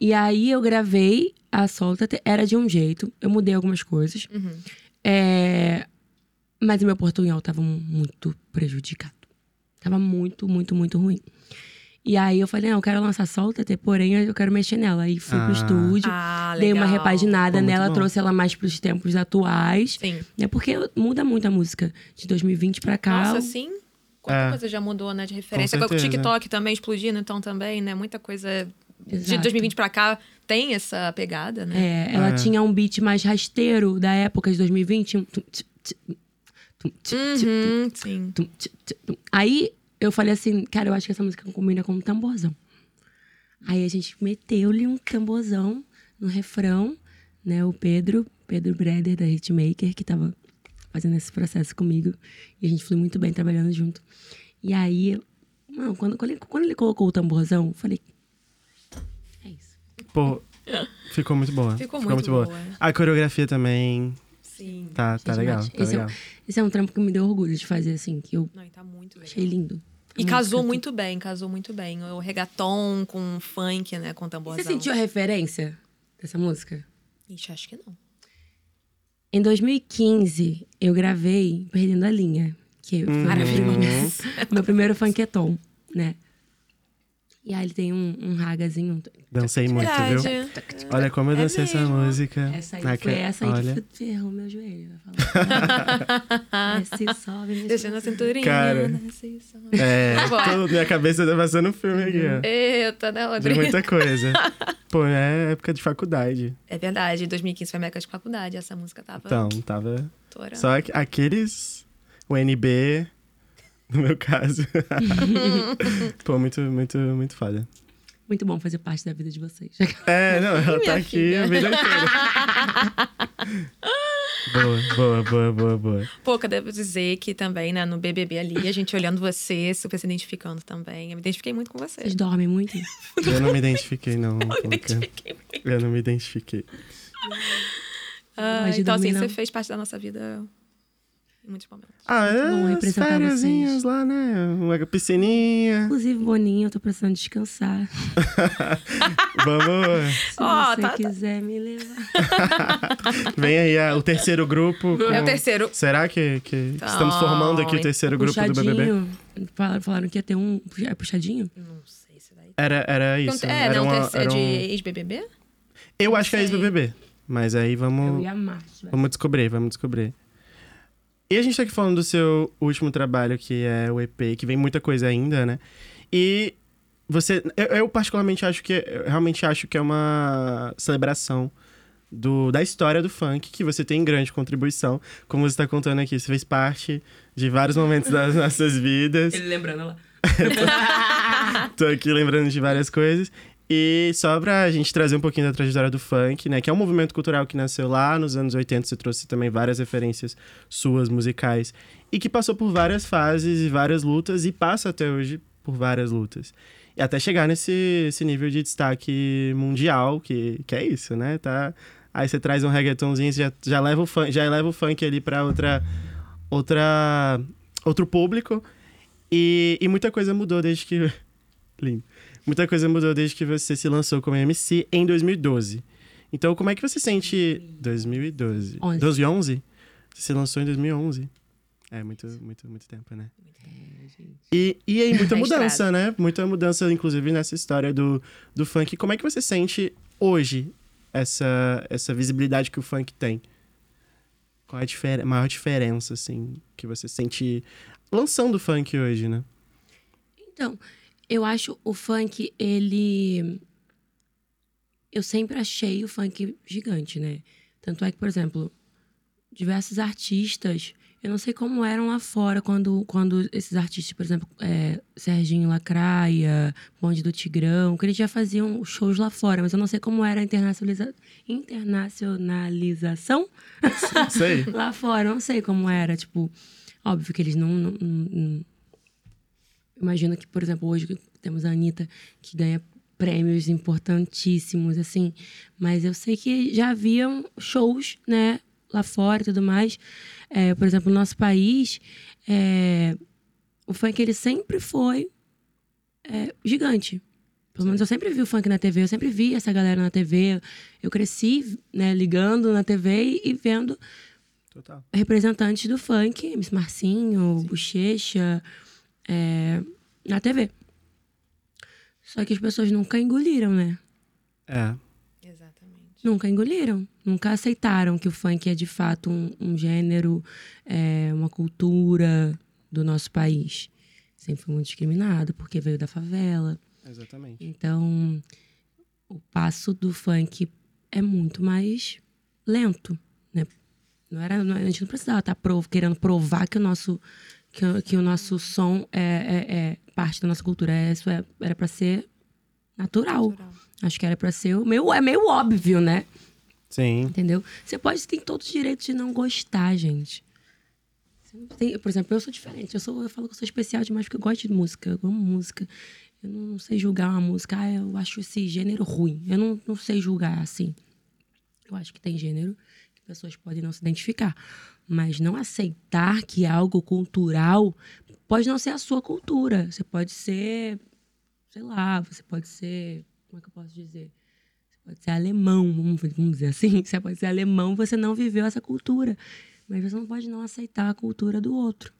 E aí eu gravei a solta te- era de um jeito. Eu mudei algumas coisas.
Uhum.
É, mas o meu portunhol tava mu- muito prejudicado. Tava muito, muito, muito ruim. E aí eu falei, não, eu quero lançar a solta, te, porém eu quero mexer nela. Aí fui
Ah.
pro estúdio,
Ah, legal.
dei uma repaginada
Pô, muito
nela,
bom.
trouxe ela mais pros tempos atuais.
Sim.
É porque muda muito a música. De 2020 pra cá.
Nossa, sim? Quanta
É.
coisa já mudou, né, de referência. Com o
certeza.
TikTok também explodindo, então também, né? Muita coisa de
Exato.
2020 pra cá tem essa pegada, né?
É, ela
É.
tinha um beat mais rasteiro da época de 2020. um tum, tch, tch, tum, tch, tch,
Uhum, sim.
tum, tch, tch, tum. Aí eu falei assim, cara, eu acho que essa música combina com um tamborzão. Aí a gente meteu-lhe um tamborzão no refrão, né? O Pedro, Pedro Breder da Hitmaker, que tava fazendo esse processo comigo. E a gente foi muito bem trabalhando junto. E aí, eu- mano, quando, quando ele, quando ele colocou o tamborzão, eu falei. É isso.
Pô, ficou muito boa.
Ficou muito boa.
A coreografia também
Sim.
tá, tá
Achei
legal.
demais.
Tá
Esse é um-
legal.
Esse é um trampo que me deu orgulho de fazer, assim, que eu
Não, e tá muito legal.
achei lindo.
E
A
casou
música-
muito bem, casou muito bem. O reggaeton com funk, né? Com tamborzão.
Você sentiu a referência dessa música?
Ixi, acho que não.
Em 2015, eu gravei Perdendo a Linha, que foi
Maravilhoso. Uhum.
meu, meu primeiro funketon, né? E aí ele tem um, um ragazinho. um-
Dancei muito, viu?
Verdade.
Olha como eu
É
dancei essa
mesmo.
música.
Essa aí,
Naque-
foi essa aí
Ah, Olha.
que fe- ferrou meu joelho. vai falar. Desce, sobe, mexe.
Deixando a cinturinha. né,
Cara.
desce, sobe.
É,
Bora.
tô- minha cabeça tá passando um filme aqui,
Eita, né,
ó. De
Rodrigo?
muita coisa. Pô, é época de faculdade.
É verdade, em 2015 foi a minha época de faculdade. Essa música tava
Então, tava.
estourando.
Só aqu- aqueles. O NB, no meu caso. Pô, muito, muito, muito foda.
Muito bom fazer parte da vida de vocês.
É, não, ela tá
minha
aqui a
filha.
vida inteira. boa, boa, boa, boa, boa.
Pô, que eu devo dizer que também, né, no BBB ali, a gente olhando você, super se identificando também. Eu me identifiquei muito com você.
Vocês dormem muito?
Eu não me identifiquei, não.
Eu me
Bianca.
identifiquei muito.
Eu não me identifiquei.
Ah,
gosto de
então, assim,
dormir,
você
não.
fez parte da nossa vida em muitos momentos.
Ah,
bom
é, as
representar
fériasinhas
vocês.
lá, né? Uma piscininha.
Inclusive, Boninho, eu tô precisando descansar. Se
Vamos.
Ó,
você
tá- tá-
quiser me levar.
Vem aí ah, o terceiro grupo.
É o
com-
terceiro. Tá. um
Será que, que estamos
Não.
formando aqui o terceiro grupo do BBB?
puxadinho. Falaram, falaram que ia ter um. É puxadinho?
Não sei se daí.
Era, era isso.
é,
era
né? Um
uma- era
terceiro de
um-
ex-BBB?
Eu acho que é
sei.
ex-BBB. Mas aí
Eu
vamos,
ia amar. velho.
Hum. vamos descobrir, vamos descobrir. E a gente tá aqui falando do seu último trabalho, que é o EP, que vem muita coisa ainda, né? E você... Eu, eu particularmente acho que... eu realmente acho que é uma celebração do, da história do funk, que você tem grande contribuição. Como você tá contando aqui, você fez parte de vários momentos das nossas vidas.
Ele lembrando lá.
Tô aqui lembrando de várias coisas. E só pra gente trazer um pouquinho da trajetória do funk, né? Que é um movimento cultural que nasceu lá nos anos 80. Você trouxe também várias referências suas, musicais. E que passou por várias fases e várias lutas. E passa até hoje por várias lutas. E até chegar nesse esse nível de destaque mundial, que, que é isso, né? Tá... Aí você traz um reggaetonzinho, você já, já, leva o funk, já eleva o funk ali pra outra... outra outro público. E, e muita coisa mudou desde que. Lindo. Muita coisa mudou desde que você se lançou como MC em 2012. Então, como é que você sente. 2012.
Onze.
12 11? Você se lançou em 2011. É, muito, muito, muito tempo, né? E, e aí, muita
Tá
mudança,
estrada.
né? Muita mudança, inclusive, nessa história do, do funk. Como é que você sente hoje essa, essa visibilidade que o funk tem? Qual é a difer maior diferença, assim, que você sente lançando o funk hoje, né?
Então, eu acho o funk, ele. Eu sempre achei o funk gigante, né? Tanto é que, por exemplo, diversos artistas. Eu não sei como eram lá fora quando, quando esses artistas, por exemplo, é, Serginho Lacraia, Bonde do Tigrão, que eles já faziam shows lá fora, mas eu não sei como era a internacionaliza... internacionalização
Sei.
lá fora, eu não sei como era. Tipo, óbvio que eles não. não- não- não- Imagino que, por exemplo, hoje que temos a Anitta, que ganha prêmios importantíssimos, assim. Mas eu sei que já haviam shows, né? Lá fora e tudo mais. É, por exemplo, no nosso país, é, o funk ele sempre foi é, gigante. Pelo menos eu sempre vi o funk na TV, eu sempre vi essa galera na TV. Eu cresci, né, ligando na TV e vendo
Total.
representantes do funk, Miss Marcinho, Bochecha, é, na TV. Só que as pessoas nunca engoliram, né?
É.
Exatamente.
Nunca engoliram. Nunca aceitaram que o funk é de fato um, um gênero, é, uma cultura do nosso país. Sempre foi muito discriminado, porque veio da favela.
Exatamente.
Então, o passo do funk é muito mais lento, né? Não era, não- a gente não precisava estar prov- querendo provar que o nosso, que, o- que o nosso som é, é- é parte da nossa cultura. É, Isso é- era para ser natural.
Natural.
Acho que era para ser o meio, é meio óbvio, né?
Sim.
Entendeu? Você pode ter todos os direitos de não gostar, gente. Você não tem- por exemplo, eu sou diferente. Eu, sou, eu falo que eu sou especial demais porque eu gosto de música. Eu amo música. Eu não, não sei julgar uma música. Ah, eu acho esse gênero ruim. Eu não, não sei julgar assim. Eu acho que tem gênero que pessoas podem não se identificar. Mas não aceitar que algo cultural pode não ser a sua cultura. Você pode ser, sei lá, você pode ser. Como é que eu posso dizer? Você pode ser alemão, vamos vamos dizer assim. Você pode ser alemão, você não viveu essa cultura. Mas você não pode não aceitar a cultura do outro.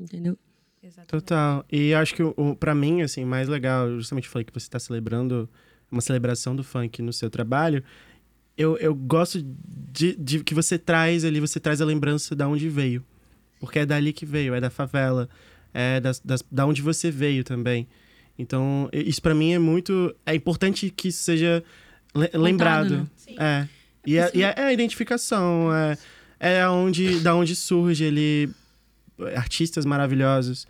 Entendeu?
Exatamente.
Total. E eu acho que o, o, pra mim, assim, o mais legal, eu justamente falei que você tá celebrando uma celebração do funk no seu trabalho. Eu, eu gosto de, de que você traz ali, você traz a lembrança da onde veio. Porque é dali que veio, é da favela, é das, das, da onde você veio também. Então, e- isso pra mim é muito. É importante que isso seja le- lembrado.
né?
É. E, é, e é- é a identificação, é, é onde, da onde surge ali artistas maravilhosos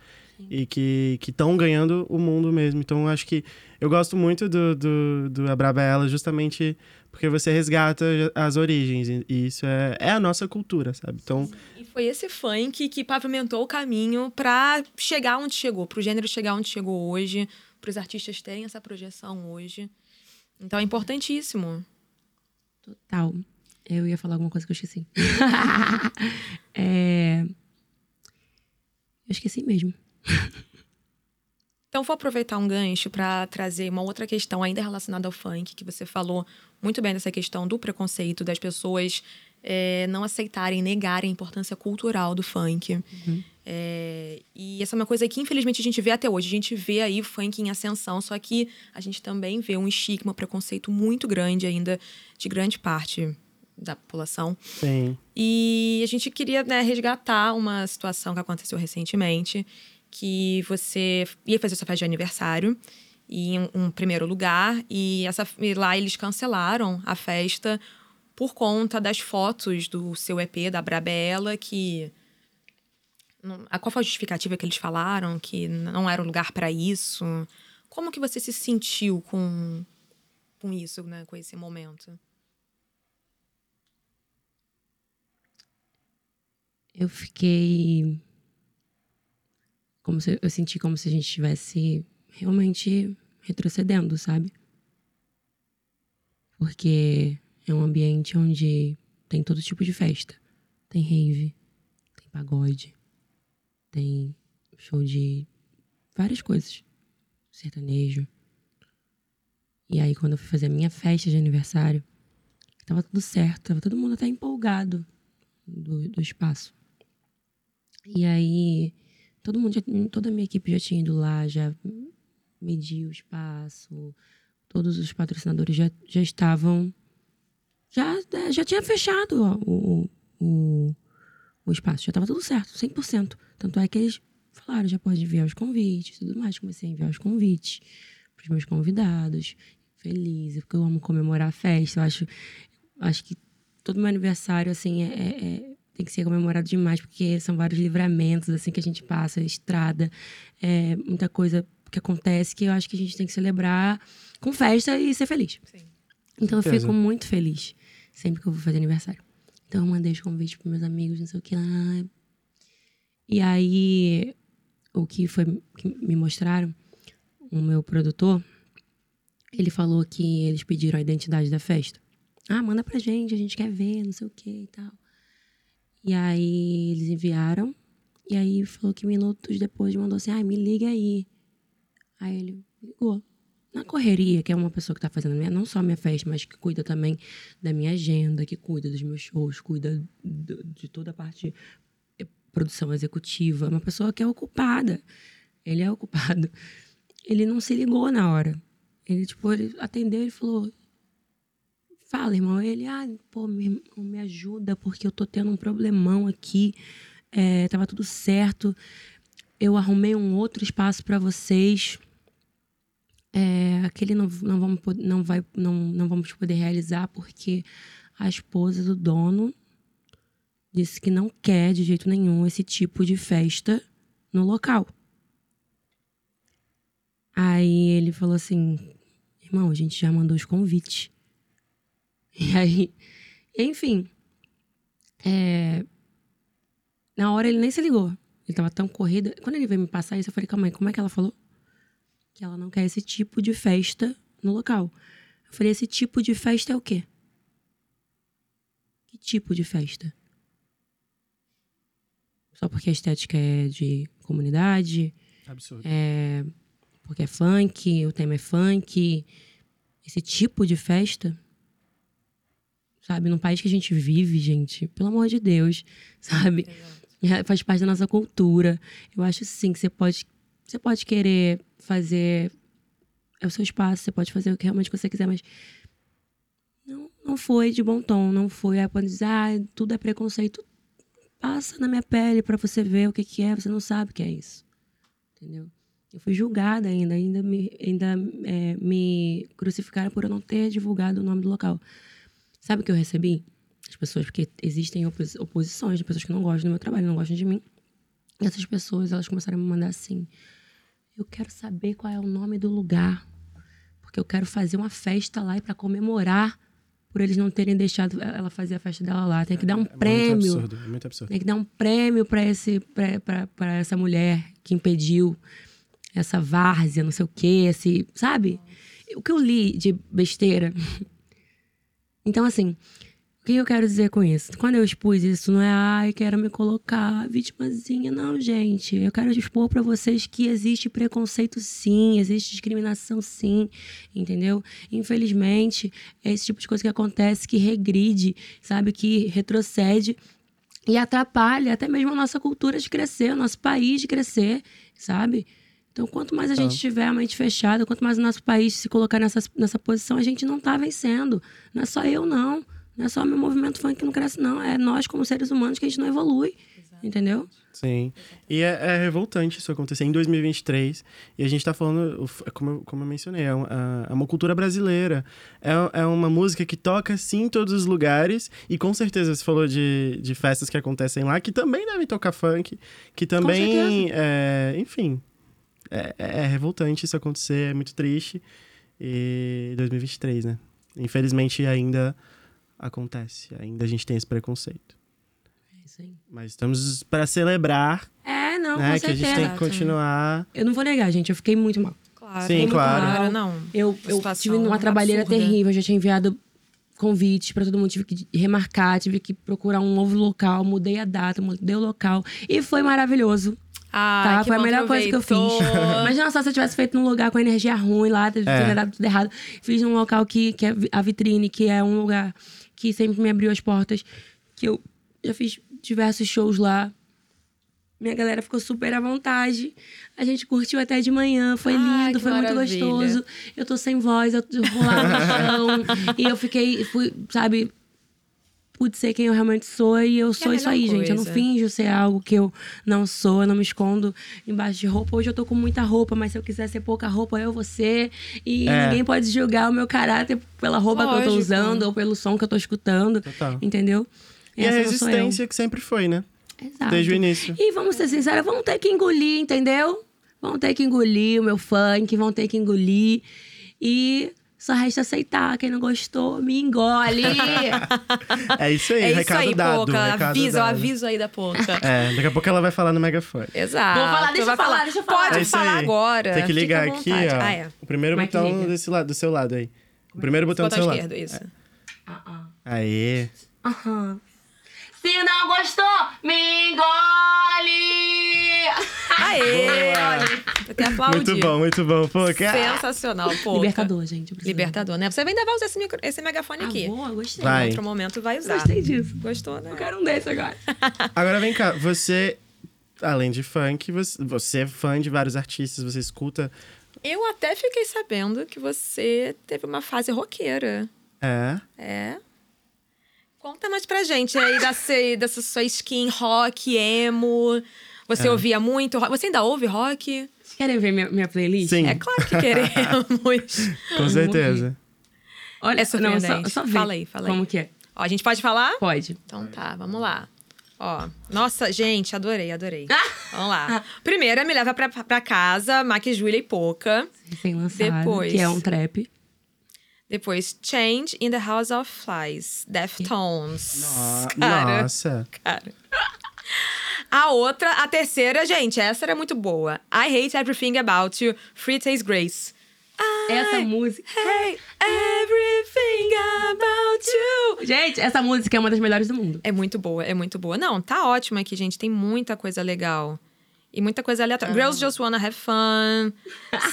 e que estão ganhando o mundo mesmo. Então, eu acho que eu gosto muito do, do, do A Braba é Ela justamente porque você resgata as origens e e isso é, é a nossa cultura, sabe? Então,
E foi esse funk que pavimentou o caminho pra chegar onde chegou, pro gênero chegar onde chegou hoje, pros artistas terem essa projeção hoje. Então é importantíssimo.
Total. É, Eu ia falar alguma coisa que eu esqueci. é... Eu esqueci mesmo.
Então, vou aproveitar um gancho para trazer uma outra questão ainda relacionada ao funk, que você falou muito bem dessa questão do preconceito, das pessoas eh, não aceitarem, negarem a importância cultural do funk. Eh, e essa é uma coisa que, infelizmente, a gente vê até hoje. A gente vê aí o funk em ascensão, só que a gente também vê um estigma, um preconceito muito grande ainda de grande parte da população.
sim.
E a gente queria né, resgatar uma situação que aconteceu recentemente, que você ia fazer sua festa de aniversário e em um primeiro lugar e, essa, e lá eles cancelaram a festa por conta das fotos do seu EP da Brabela que não- a qual foi a justificativa que eles falaram que não era um lugar para isso? Como que você se sentiu com com isso, né, com esse momento?
Eu fiquei. Como se, eu senti como se a gente estivesse realmente retrocedendo, sabe? Porque é um ambiente onde tem todo tipo de festa. Tem rave, tem pagode, tem show de várias coisas. Sertanejo. E aí, quando eu fui fazer a minha festa de aniversário, tava tudo certo, tava todo mundo até empolgado do, do espaço. E aí, todo mundo, já, toda a minha equipe já tinha ido lá, já mediu o espaço, todos os patrocinadores já, já estavam. Já, eh, já tinha fechado ó, o, o, o espaço, já estava tudo certo, 100%. Tanto é que eles falaram: já pode enviar os convites tudo mais. Comecei a enviar os convites para os meus convidados. Feliz, porque eu amo comemorar a festa. Eu acho, acho que todo meu aniversário, assim, é- é- é- tem que ser comemorado demais, porque são vários livramentos, assim, que a gente passa, estrada, é, muita coisa que acontece que eu acho que a gente tem que celebrar com festa e ser feliz.
Sim.
Então eu
Certeza.
fico muito feliz sempre que eu vou fazer aniversário. Então eu mandei os convites pros meus amigos, não sei o que lá. E aí, o que foi que me mostraram, o meu produtor, ele falou que eles pediram a identidade da festa. Ah, manda pra gente, a gente quer ver, não sei o que e tal. E aí eles enviaram. E aí falou que minutos depois mandou assim, ah, me liga aí. Aí ele ligou. na correria, que é uma pessoa que tá fazendo minha, não só minha festa, mas que cuida também da minha agenda, que cuida dos meus shows, cuida do- de toda a parte eh, produção executiva, uma pessoa que é ocupada. Ele é ocupado. Ele não se ligou na hora. Ele, tipo, ele atendeu e falou: Fala, irmão. Ele, ah, pô, me, irmão, me ajuda, porque eu tô tendo um problemão aqui. É, tava tudo certo. Eu arrumei um outro espaço para vocês. É, aquele não, não, vamos, pod- não, vai, não, não vamos poder realizar porque a esposa do dono disse que não quer de jeito nenhum esse tipo de festa no local. Aí ele falou assim: irmão, a gente já mandou os convites. E aí, enfim. é, na hora ele nem se ligou. Ele tava tão corrido. Quando ele veio me passar isso, eu falei: calma aí, como é que ela falou? Que ela não quer esse tipo de festa no local. Eu falei: esse tipo de festa é o quê? Que tipo de festa? Só porque a estética é de comunidade,
Absurdo.
É, porque é funk, o tema é funk. Esse tipo de festa, sabe? Num país que a gente vive, gente, pelo amor de Deus, sabe? É, Faz parte da nossa cultura. Eu acho sim que você pode, você pode querer fazer. É o seu espaço, você pode fazer o que realmente você quiser, mas. Não, não foi de bom tom, não foi. Aí quando diz, ah, tudo é preconceito. Passa na minha pele pra você ver o que, que é, você não sabe o que é isso entendeu? Eu fui julgada ainda, ainda me, ainda, é, me crucificaram por eu não ter divulgado o nome do local. Sabe o que eu recebi? As pessoas, porque existem opos- oposições, de pessoas que não gostam do meu trabalho, não gostam de mim. E essas pessoas, elas começaram a me mandar assim: eu quero saber qual é o nome do lugar, porque eu quero fazer uma festa lá e para comemorar por eles não terem deixado ela fazer a festa dela lá. Tem que dar um
É muito
prêmio.
absurdo, é muito absurdo.
Tem que dar um prêmio pra esse pra- pra- pra essa mulher que impediu essa várzea, não sei o quê, esse, sabe? O que eu li de besteira. Então assim, o que eu quero dizer com isso? Quando eu expus isso, não é ai, quero me colocar vitimazinha, não, gente. Eu quero expor pra vocês que existe preconceito sim, existe discriminação sim, entendeu? Infelizmente, é esse tipo de coisa que acontece que regride, sabe, que retrocede e atrapalha até mesmo a nossa cultura de crescer, o nosso país de crescer, sabe? Então, quanto mais a
Tá.
gente tiver a mente fechada, quanto mais o nosso país se colocar nessa, nessa posição, a gente não tá vencendo. Não é só eu, não. Não é só meu movimento funk que não cresce, não. É nós, como seres humanos, que a gente não evolui. Entendeu?
Sim. E é, é revoltante isso acontecer em 2023. E a gente tá falando, o f- como, eu- como eu mencionei, é uma, é uma cultura brasileira. É, é uma música que toca, sim, em todos os lugares. E com certeza você falou de, de festas que acontecem lá, que também devem tocar funk. Que também. é, enfim. É, é- é revoltante isso acontecer, é muito triste. E 2023, né? Infelizmente ainda acontece. Ainda a gente tem esse preconceito.
É isso aí.
Mas estamos para celebrar
É, não,
né, que
com
a gente
certeza.
tem que continuar.
Eu não vou negar, gente. Eu fiquei muito mal.
Claro.
Sim, claro.
claro. Não.
Eu, eu
Situação
tive uma trabalheira
absurda.
terrível, eu já tinha enviado convite pra todo mundo, tive que remarcar, tive que procurar um novo local, mudei a data, mudei o local. E foi maravilhoso.
Ah,
tá?
que
Foi a
bom
melhor coisa que eu fiz.
aproveitou.
Imagina só se eu tivesse feito num lugar com energia ruim lá, teria
É.
dado tudo errado. Fiz num local que, que é vi- a vitrine, que é um lugar que sempre me abriu as portas. Que eu já fiz diversos shows lá. Minha galera ficou super à vontade. A gente curtiu até de manhã, foi
Ai,
lindo,
Ah, que
foi
maravilha.
muito gostoso. Eu tô sem voz, eu tô rolando no chão. e eu fiquei, fui, sabe, pude ser quem eu realmente sou e eu sou
é a
isso aí,
melhor
gente. Eu não
coisa.
finjo ser algo que eu não sou, eu não me escondo embaixo de roupa. Hoje eu tô com muita roupa, mas se eu quiser ser pouca roupa, eu vou ser. E
É.
ninguém pode julgar o meu caráter pela roupa que eu tô
Lógico.
usando ou pelo som que eu tô escutando.
Total.
Entendeu?
E a
Essa não sou eu. Tá.
resistência que sempre foi, né?
Exato.
Desde o início.
E vamos ser sinceros, vão ter que engolir, entendeu? Vão ter que engolir o meu funk, vão ter que engolir. E só resta aceitar. Quem não gostou, me engole.
É isso aí,
É isso
recado
aí,
dado.
Pouca.
recado
Avisa,
dado.
o aviso aí da Pouca.
É, daqui a pouco ela vai falar no megafone.
Exato.
Vou falar, deixa
Vai
eu falar, deixa eu falar.
Pode
é isso
falar
aí.
agora.
Tem que
Fica
ligar
à
aqui,
vontade.
ó.
Ah, é.
O primeiro
Como é que
botão
liga?
desse lado, do seu lado aí. O primeiro botão do
Botão
seu lado.
esquerdo, isso.
É. Aê.
Aham. Se não gostou, me engole!
Aê!
Boa.
olha. Até aplaudi.
Muito bom, muito bom. Pô, cara.
Sensacional, pô.
Libertador, gente. eu preciso.
Libertador, né? Você ainda vai usar esse, micro- esse megafone
Ah,
aqui.
boa, gostei.
Vai.
Em outro momento vai usar.
Gostei disso.
Gostou, né?
Eu quero um desse agora.
Agora vem cá, você, além de funk, você, você é fã de vários artistas, você escuta.
Eu até fiquei sabendo que você teve uma fase roqueira.
É.
É. Conta mais pra gente aí dessa, dessa sua skin rock, emo. Você ouvia muito? rock? Você ainda ouve rock?
Vocês querem ver minha, minha playlist?
Sim,
É claro que queremos.
com certeza.
Olha,
É
não,
surpreendente.
só, só ver
Fala aí, fala aí.
Como que é?
Ó, a gente pode falar?
Pode.
Então tá, vamos lá. Ó, nossa, gente, adorei, adorei. Vamos lá. Primeiro, me leva pra, pra casa, Mac, Julia e Poca.
Recém-lançado,
Depois.
que é um trap.
Depois, Change in the House of Flies, Deftones.
No-
Cara,
Nossa.
cara. A outra, a terceira, gente, essa era muito boa. I Hate Everything About You, Free Taste Grace.
Essa música...
Hey, everything about you.
Gente, essa música é uma das melhores do mundo.
É muito boa, é muito boa. Não, tá ótima aqui, gente. Tem muita coisa legal. E muita coisa aleatória. Girls Just Wanna Have Fun.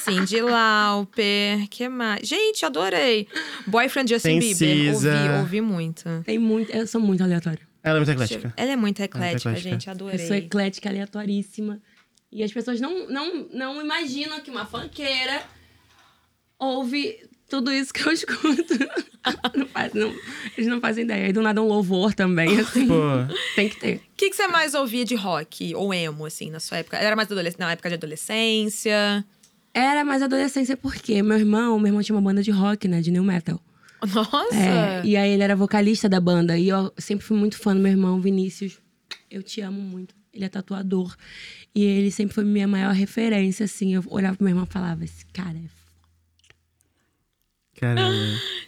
Cindy Lauper. que mais? Gente, adorei. Boyfriend
Tem
Justin Bieber.
Cisa.
Ouvi, ouvi muito.
Tem muito... Eu sou muito aleatória.
Ela é muito eclética.
Ela é muito eclética,
eclética.
gente.
Eu
Adorei.
sou eclética, aleatoríssima. E as pessoas não, não, não imaginam que uma fanqueira ouve tudo isso que eu escuto. não faz, não, eles não fazem ideia. E do nada um louvor também, assim.
Pô.
Tem que ter.
O que, que você mais ouvia de rock ou emo, assim, na sua época? Era mais adolesc- na época de adolescência?
Era mais adolescência porque meu irmão, meu irmão tinha uma banda de rock, né? De new metal.
Nossa!
É, e aí ele era vocalista da banda. E eu sempre fui muito fã do meu irmão Vinícius. Eu te amo muito. Ele é tatuador. E ele sempre foi minha maior referência, assim. Eu olhava pro meu irmão e falava, esse cara é
Caramba.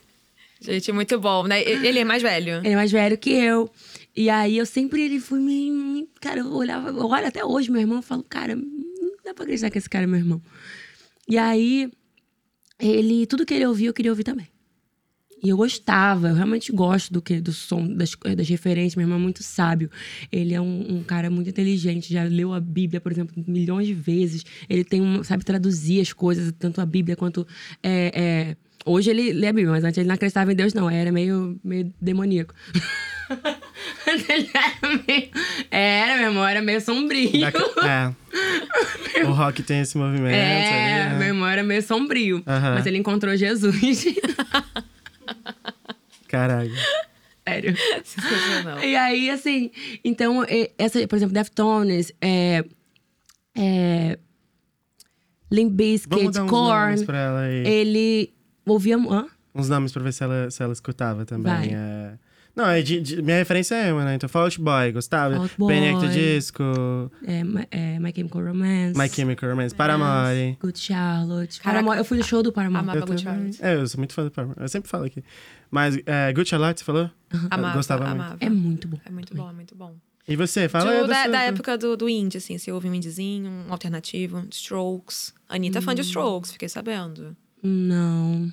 Gente, muito bom, né? E- Ele é mais velho.
Ele é mais velho que eu. E aí eu sempre ele foi me. me- Cara, eu olhava, eu olho até hoje meu irmão e falo, cara, não dá pra acreditar que esse cara é meu irmão. E aí, ele. Tudo que ele ouvia, eu queria ouvir também. E eu gostava, eu realmente gosto do que do som, das, das referências. Meu irmão é muito sábio. Ele é um, um cara muito inteligente, já leu a Bíblia, por exemplo, milhões de vezes. Ele tem um, sabe traduzir as coisas, tanto a Bíblia quanto. é, é, hoje ele lê a Bíblia, mas antes ele não acreditava em Deus, não. Era meio, meio demoníaco. ele era meio. é, Era, meu irmão, era meio sombrio.
Da- É. O rock tem esse movimento
É,
ali.
meu
né?
irmão era meio sombrio.
Aham.
Mas ele encontrou Jesus.
Caralho.
Sério.
Sensacional.
E aí, assim, então, e- essa, por exemplo, Deftones, é. é Limp
Vamos
Bizkit,
dar uns nomes
Korn. É.
pra ela aí.
Ele ouvia. Hã?
Uns nomes pra ver se ela, se ela escutava
Vai.
também. é. Não, é de- de- minha referência é uma, né? Então, Fault Boy, gostava.
Fall Out Boy.
Panic! At the Disco,
É, ma- é, My Chemical Romance.
My Chemical Romance, Paramore.
Good Charlotte.
Caraca.
Paramore. Eu fui no show do Paramore.
Amava
Eu,
Good
também-
Charlotte.
é, eu sou muito fã do Paramore. Eu sempre falo aqui. Mas é, Good Charlotte, você falou?
Amava,
eu gostava muito.
amava.
É muito bom.
É muito bom, é muito bom.
E você? Fala
Tipo,
aí
da,
você-
da época do, do indie, assim. Você ouve um indiezinho, um alternativo, Strokes. Anitta é fã de
Hum.
Strokes, fiquei sabendo.
Não.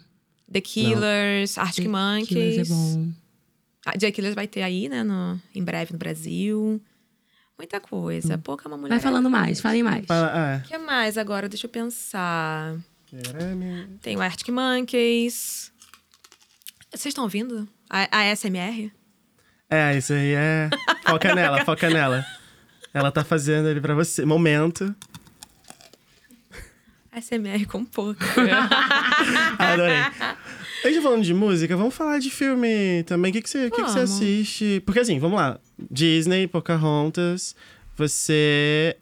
The Killers, Arctic Monkeys.
Killers é bom.
Ah, The Killers vai ter aí, né, no, em breve no Brasil. Muita coisa. Pouca é uma mulher.
Hum. Vai falando mais, falem mais.
Fala, ah,
O que mais agora? Deixa eu pensar.
Caramba.
Tem o Arctic Monkeys. Vocês estão ouvindo? A, a SMR?
É, isso aí é. Foca nela, foca nela. Ela tá fazendo ele pra você. Momento.
SMR com pouco.
Ah, Adorei. A gente tá falando de música, vamos falar de filme também. O que, que, você, o que, que você
Vamos.
assiste? Porque assim, vamos lá. Disney, Pocahontas, você.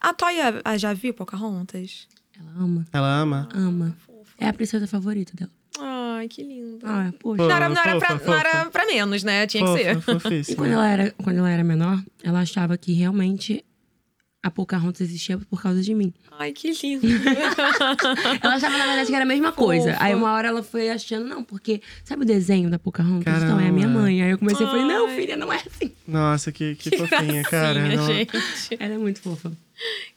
a Toya ah, já viu Pocahontas?
Ela ama,
Ela ama?
ama. É a princesa favorita dela.
Ai, que linda.
Ah, poxa.
Não era, não era
Fofa,
pra,
fofa.
não era pra menos, né? Tinha que ser.
Fofa,
E quando
fofíssima.
ela, era, quando ela era menor, ela achava que realmente a Pocahontas existia por causa de mim.
Ai, que lindo.
Ela achava, na verdade, que era a mesma coisa.
Fofa.
Aí uma hora ela foi achando, não, porque sabe o desenho da Pocahontas? Então é a minha
Caramba.
mãe. Aí eu comecei e falei, não,
Ai.
filha, não é assim.
Nossa, que, que, fofinha,
gracinha,
cara. não-
gente.
Ela é muito fofa.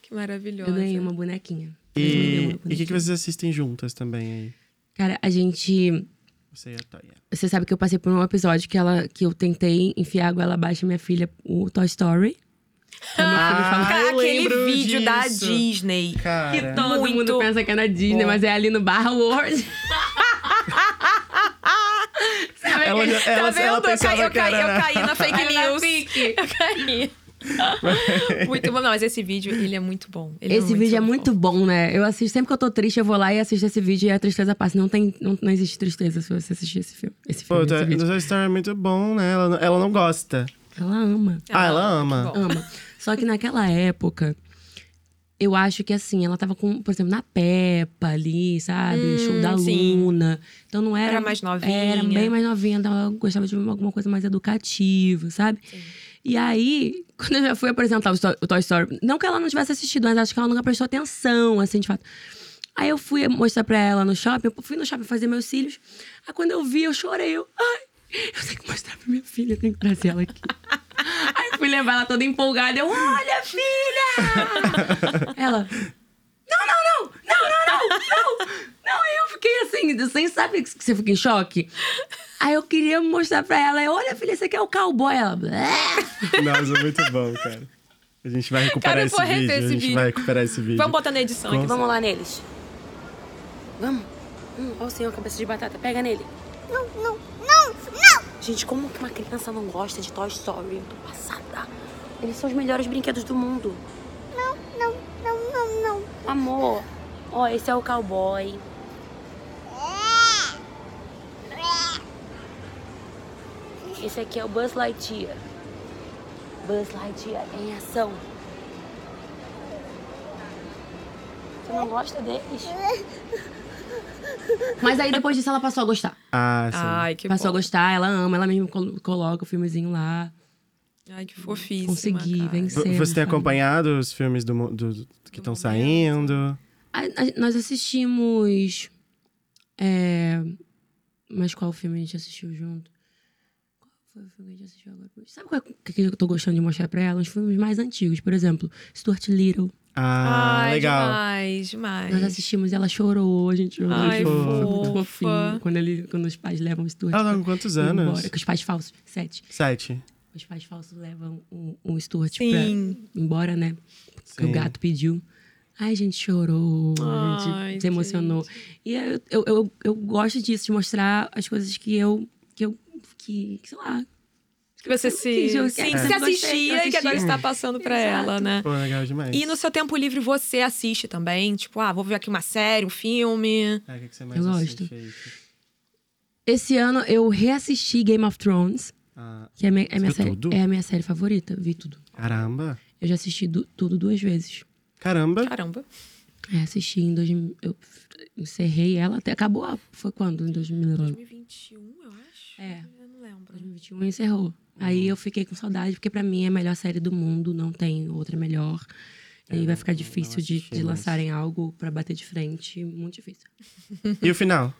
Que maravilhosa.
Eu ganhei uma bonequinha. Eles me deram
E
uma
o que, que
bonequinha.
vocês assistem juntas também aí?
Cara, a gente.
Você e a Toya.
Você sabe que eu passei por um episódio que ela que eu tentei enfiar a goela abaixo da minha filha, o Toy Story. Então, meu filho fala,
Ah, eu
aquele
lembro
vídeo da
disso.
Disney.
Cara.
que todo
Muito
mundo pensa que é na Disney,
bom.
mas é ali no Barra World. Sabe
Ela
aquele-
já- ela-
tá
ela
vendo? Eu
pensava
caí, eu,
que
caí,
era
eu
na-
caí na fake
Ela é
news.
pique.
Eu caí. muito bom. Não, mas esse vídeo, ele é muito bom. Ele
Esse vídeo é
bom.
muito bom, né? Eu assisto, sempre que eu tô triste, eu vou lá e assisto esse vídeo e a tristeza passa. Não tem, não, não existe tristeza se você assistir esse filme. Esse
Pô,
filme,
tá-
esse vídeo.
Toy Story é muito bom, né? Ela, ela não gosta.
Ela ama.
Ah, ela ama.
muito bom.
Ama. Só que naquela época, eu acho que assim, ela tava com, por exemplo, na Peppa ali, sabe? Show da
Hum, sim.
Luna. Então não era.
Era mais novinha.
Era bem mais novinha, então ela gostava de alguma coisa mais educativa, sabe? E aí, quando eu já fui apresentar o Sto- o Toy Story, não que ela não tivesse assistido, mas acho que ela nunca prestou atenção, assim, de fato. Aí eu fui mostrar pra ela no shopping, eu fui no shopping fazer meus cílios. Aí quando eu vi, eu chorei. Eu, ai, eu tenho que mostrar pra minha filha, eu tenho que trazer ela aqui. Aí fui levar ela toda empolgada. Eu, olha, filha! ela, não, não, não! Não, não, não! Não! Não, aí eu fiquei assim, sem saber que você fica em choque. Aí eu queria mostrar pra ela. Eu, olha, filha, esse aqui é o cowboy. Ela, "Blé."
Nossa, é muito bom, cara. A gente vai recuperar
Cara, eu
esse
vou
vídeo.
rever
a
esse
gente
vídeo.
vai recuperar esse vídeo.
Vamos botar na edição
Com
aqui.
Vamos lá neles. Vamos. Hum, olha o senhor, cabeça de batata. Pega nele.
Não, não, não, não!
Gente, como que uma criança não gosta de Toy Story? Eu tô passada. Eles são os melhores brinquedos do mundo.
Não, não, não, não, não.
Amor, ó, esse é o cowboy. Esse aqui é o Buzz Lightyear. Buzz Lightyear em ação. Você não gosta deles? Mas aí depois disso ela passou a gostar.
Ah, sim.
Ai, que
passou
bom.
a gostar, ela ama, ela mesma col- coloca o filmezinho lá.
Ai, que fofíssima,
Consegui,
cara.
venci.
V- Você tem
sabe?
acompanhado os filmes do, mo- do- que estão saindo?
A- a- nós assistimos. É, mas qual filme a gente assistiu junto? Qual foi o filme que a gente assistiu agora? Sabe qual é que eu tô gostando de mostrar pra ela? Os filmes mais antigos, por exemplo, Stuart Little.
Ah,
Ai,
legal.
demais, demais.
Nós assistimos e ela chorou, a gente chorou.
Ai,
foi muito
fofa.
fofinho. Quando, ele, quando os pais levam o Stuart
Ela tá com quantos
embora,
anos?
Que os pais falsos, sete.
Sete.
Os pais falsos levam o, o Stuart pra,
Sim.
embora, né? Que
Sim.
o gato pediu. Ai, a gente chorou, a
Ai,
gente se emocionou. E eu, eu, eu, eu gosto disso, de mostrar as coisas que eu. que eu. que, sei lá.
Que você se,
Que é? eu-
sim,
que
que
eu
se
gostei, que eu
assistia e que
assisti.
agora está passando pra
Exato.
ela, né?
Pô, legal demais.
E no seu tempo livre você assiste também? Tipo, ah, vou ver aqui uma série, um filme.
Ah, o que que você mais
Eu
assiste
gosto.
aí?
Esse ano eu reassisti Game of Thrones,
Ah,
que é, a minha- é a minha
Você viu
série,
tudo?
é a minha série favorita. Vi tudo.
caramba.
Eu já assisti du- tudo duas vezes.
Caramba.
Caramba.
É, assisti em 2000. Eu encerrei ela até. Acabou. a- Foi quando? Em 2000.
2021, eu acho.
É.
Eu não lembro.
2021 encerrou.
Uhum.
Aí eu fiquei com saudade, porque pra mim é a melhor série do mundo, não tem outra melhor. E aí vai ficar
É, não- não
difícil de,
assisti,
de
mas-
lançarem algo pra bater de frente. Muito difícil.
Uhum.
E o final?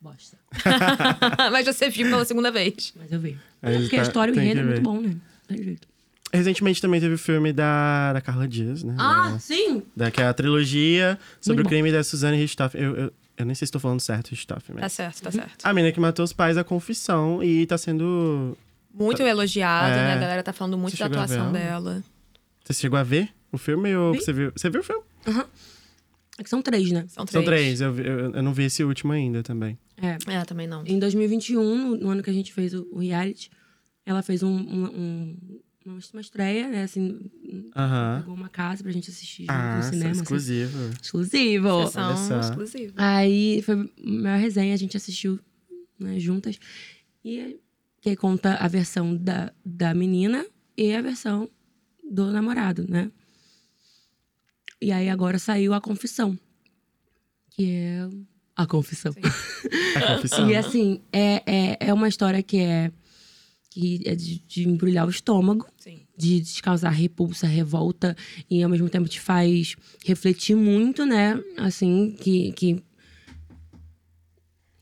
Bosta.
Mas você viu pela segunda vez.
Mas eu vi.
Aí
porque a
tá-
história e o
tem
enredo
que
é muito
ver.
bom, né? Não Tem jeito.
Recentemente também teve o filme da, da Carla Dias, né?
Ah,
Da-
sim!
Da, que é a trilogia sobre
Muito
o
bom.
crime da Suzane Richthofen. Eu, eu, eu nem sei se tô falando certo, Richthofen,
Tá
mas...
certo, tá certo.
A menina que matou os pais, a confissão, e tá sendo...
Muito elogiado,
É.
né? A galera tá falando muito
Você
da
chegou a ver
atuação
ela?
dela.
Você chegou a ver o filme ou
Vi.
você viu? Você viu o filme?
É que são três, né?
São três.
São três, eu, vi- eu, eu não vi esse último ainda também.
É.
É, também não.
Em 2021, no- no ano que a gente fez o, o reality, ela fez um, um- um- uma, uma estreia, né? Assim,
Aham.
pegou uma casa pra gente assistir junto
Ah,
no cinema. assim.
exclusivo.
Exclusivo!
Olha
São
só.
exclusivos.
Aí foi a maior resenha, a gente assistiu né, juntas. E que aí conta a versão da, da menina e a versão do namorado, né? E aí agora saiu a confissão. Que é. A confissão.
A É confissão.
E assim, é, é, é uma história que é. que é de, de embrulhar o estômago
Sim.
de te causar repulsa, revolta e ao mesmo tempo te faz refletir muito, né? Assim, que. que...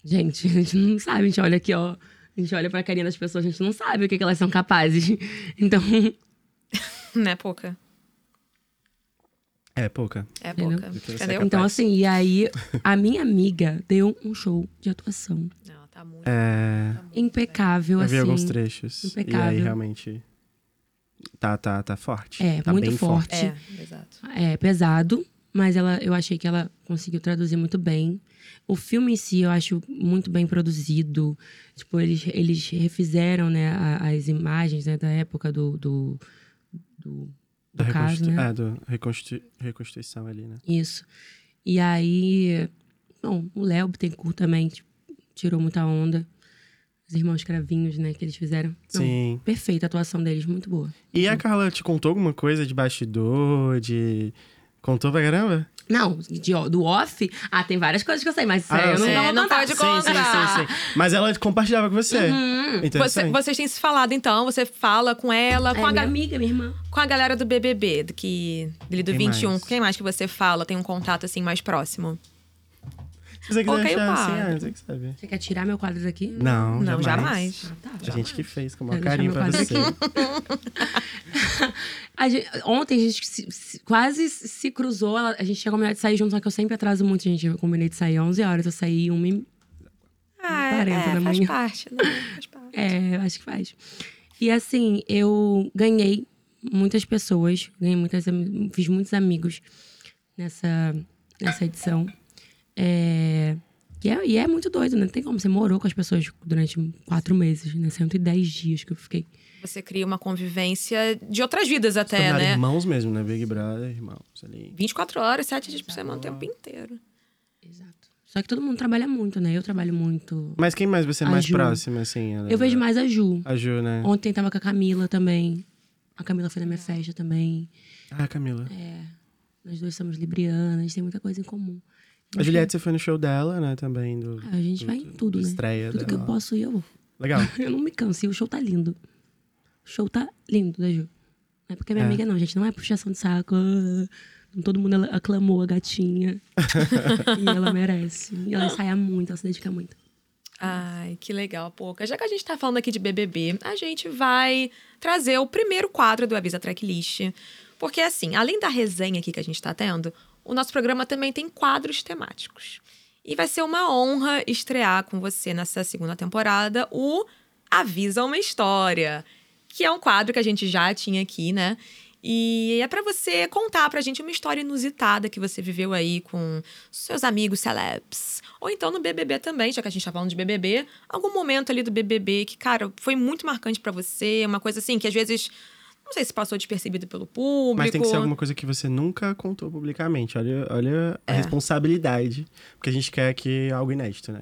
Gente, a gente não sabe, a gente olha aqui, ó. A gente olha pra carinha das pessoas, a gente não sabe o que, que elas são capazes. Então,
Né, pouca?
É pouca.
É
Entendeu?
pouca.
Do que você é
Entendeu?
capaz.
então assim, e aí a minha amiga deu um show de atuação
Não, tá muito.
É...
tá muito bem.
impecável,
Eu vi
Então, assim.
alguns trechos. E aí,
impecável.
realmente... Tá, tá, tá forte.
É,
tá
muito
bem
forte.
É, exato.
É pesado, mas ela, eu achei que ela conseguiu traduzir muito bem. O filme em si eu acho muito bem produzido. Tipo, eles, eles refizeram né, a- as imagens né, da época do, do, do, do
Da
caso,
reconstitu...
né?
É, do reconstitu... reconstituição ali, né?
Isso. E aí, bom, o Léo Bittencourt também tipo, tirou muita onda. Os irmãos cravinhos, né, que eles fizeram. Não, Uhum.
Sim.
Perfeita a atuação deles, muito boa.
E a Carla te contou alguma coisa de bastidor, de... Contou pra caramba?
Não, de, do off, ah, tem várias coisas que eu sei, mas isso
Ah,
aí eu
eu
não,
sei.
não
É,
vou
não
contar.
pode
sim, sim, sim,
contar.
sim. Mas ela compartilhava com você. Então, assim,
Você,
Uhum.
Interessante.
vocês têm se falado, então. Você fala com ela,
É,
com, a,
minha
ga-
amiga, minha irmã.
com a galera do BBB, do que, dele do
Quem
21.
mais?
Quem mais que você fala? Tem um contato, assim, mais próximo?
Se você quiser
Coloquei o
achar, assim,
quadro.
ah, você que sabe.
Você quer tirar meu quadro daqui?
Não,
Não,
jamais.
jamais.
Ah,
A
tá,
gente que fez com o maior
Quero
carinho
deixar
pra
meu
você.
quadro A gente- ontem a gente se- se- quase se cruzou. ela- a gente tinha combinado de sair junto, só que eu sempre atraso muito, gente. Eu combinei de sair 11 horas, eu saí 1 e...
Ah, é,
40
é,
da
faz
manhã.
parte, né? Faz parte.
É, eu acho que faz. E assim, eu ganhei muitas pessoas, ganhei muitas, ami- fiz muitos amigos nessa, nessa edição. É, e, é, e é muito doido, né? Não tem como. Você morou com as pessoas durante quatro meses, né? 110 dias que eu fiquei.
Você cria uma convivência de outras vidas
Se
até,
tornaram
né?
irmãos mesmo, né? Big Brother, irmãos ali.
24 horas, 7 dias por semana, o tempo inteiro.
Exato. Só que todo mundo trabalha muito, né? Eu trabalho muito.
Mas quem mais você é
A
mais
Ju.
próxima, assim? ela-
Eu vejo mais a Ju.
A Ju, né?
Ontem tava com a Camila também. A Camila foi na minha festa também.
Ah, Camila.
É, Nós dois somos librianas, tem muita coisa em comum.
A Juliette, você foi no show dela, né? Também do...
A gente vai em tudo,
da
né?
Estreia
Tudo que
dela.
eu posso ir, eu vou.
Legal.
Eu não me canso, e o show tá lindo. O show tá lindo, da Ju. Não é porque é minha
É.
amiga, não, gente. Não é puxação de saco. Ah, Todo mundo ela- aclamou a gatinha. e ela merece. E ela ensaia muito, ela se dedica muito.
Ai, que legal, Pouca. Já que a gente tá falando aqui de BBB, a gente vai trazer o primeiro quadro do Avisa Tracklist. Porque, assim, além da resenha aqui que a gente tá tendo, o nosso programa também tem quadros temáticos. E vai ser uma honra estrear com você nessa segunda temporada o Avisa uma História, que é um quadro que a gente já tinha aqui, né? E é pra você contar pra gente uma história inusitada que você viveu aí com seus amigos celebs. Ou então no BBB também, já que a gente tá falando de BBB, algum momento ali do BBB que, cara, foi muito marcante pra você, uma coisa assim que às vezes não sei se passou despercebido pelo público.
Mas tem que ser alguma coisa que você nunca contou publicamente. Olha, olha a
É.
né,
né? Ah.
é né, assim. assim,
um
um
né?
Então,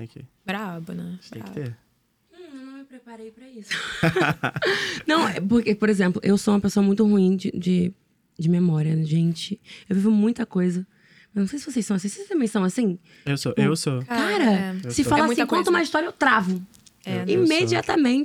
ah, assim,
Uhum.
é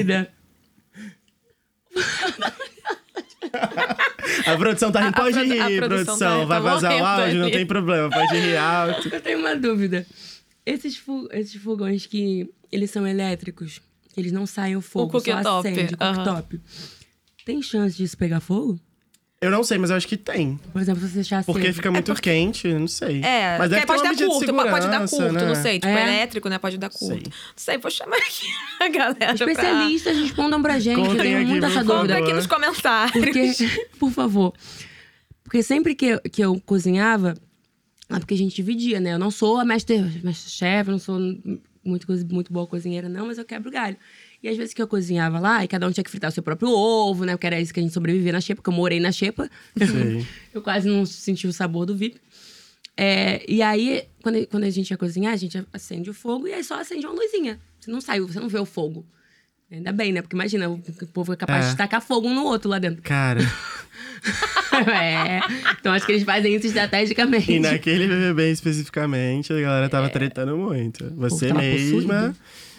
tá um né? É. E né, naquele BBB especificamente,
É, tipo né?
é né? um né? É, né? é um é. Então acho que eles fazem isso estrategicamente.
a galera tava tretando muito.
É. O povo
Você
tava
mesma.
possuído.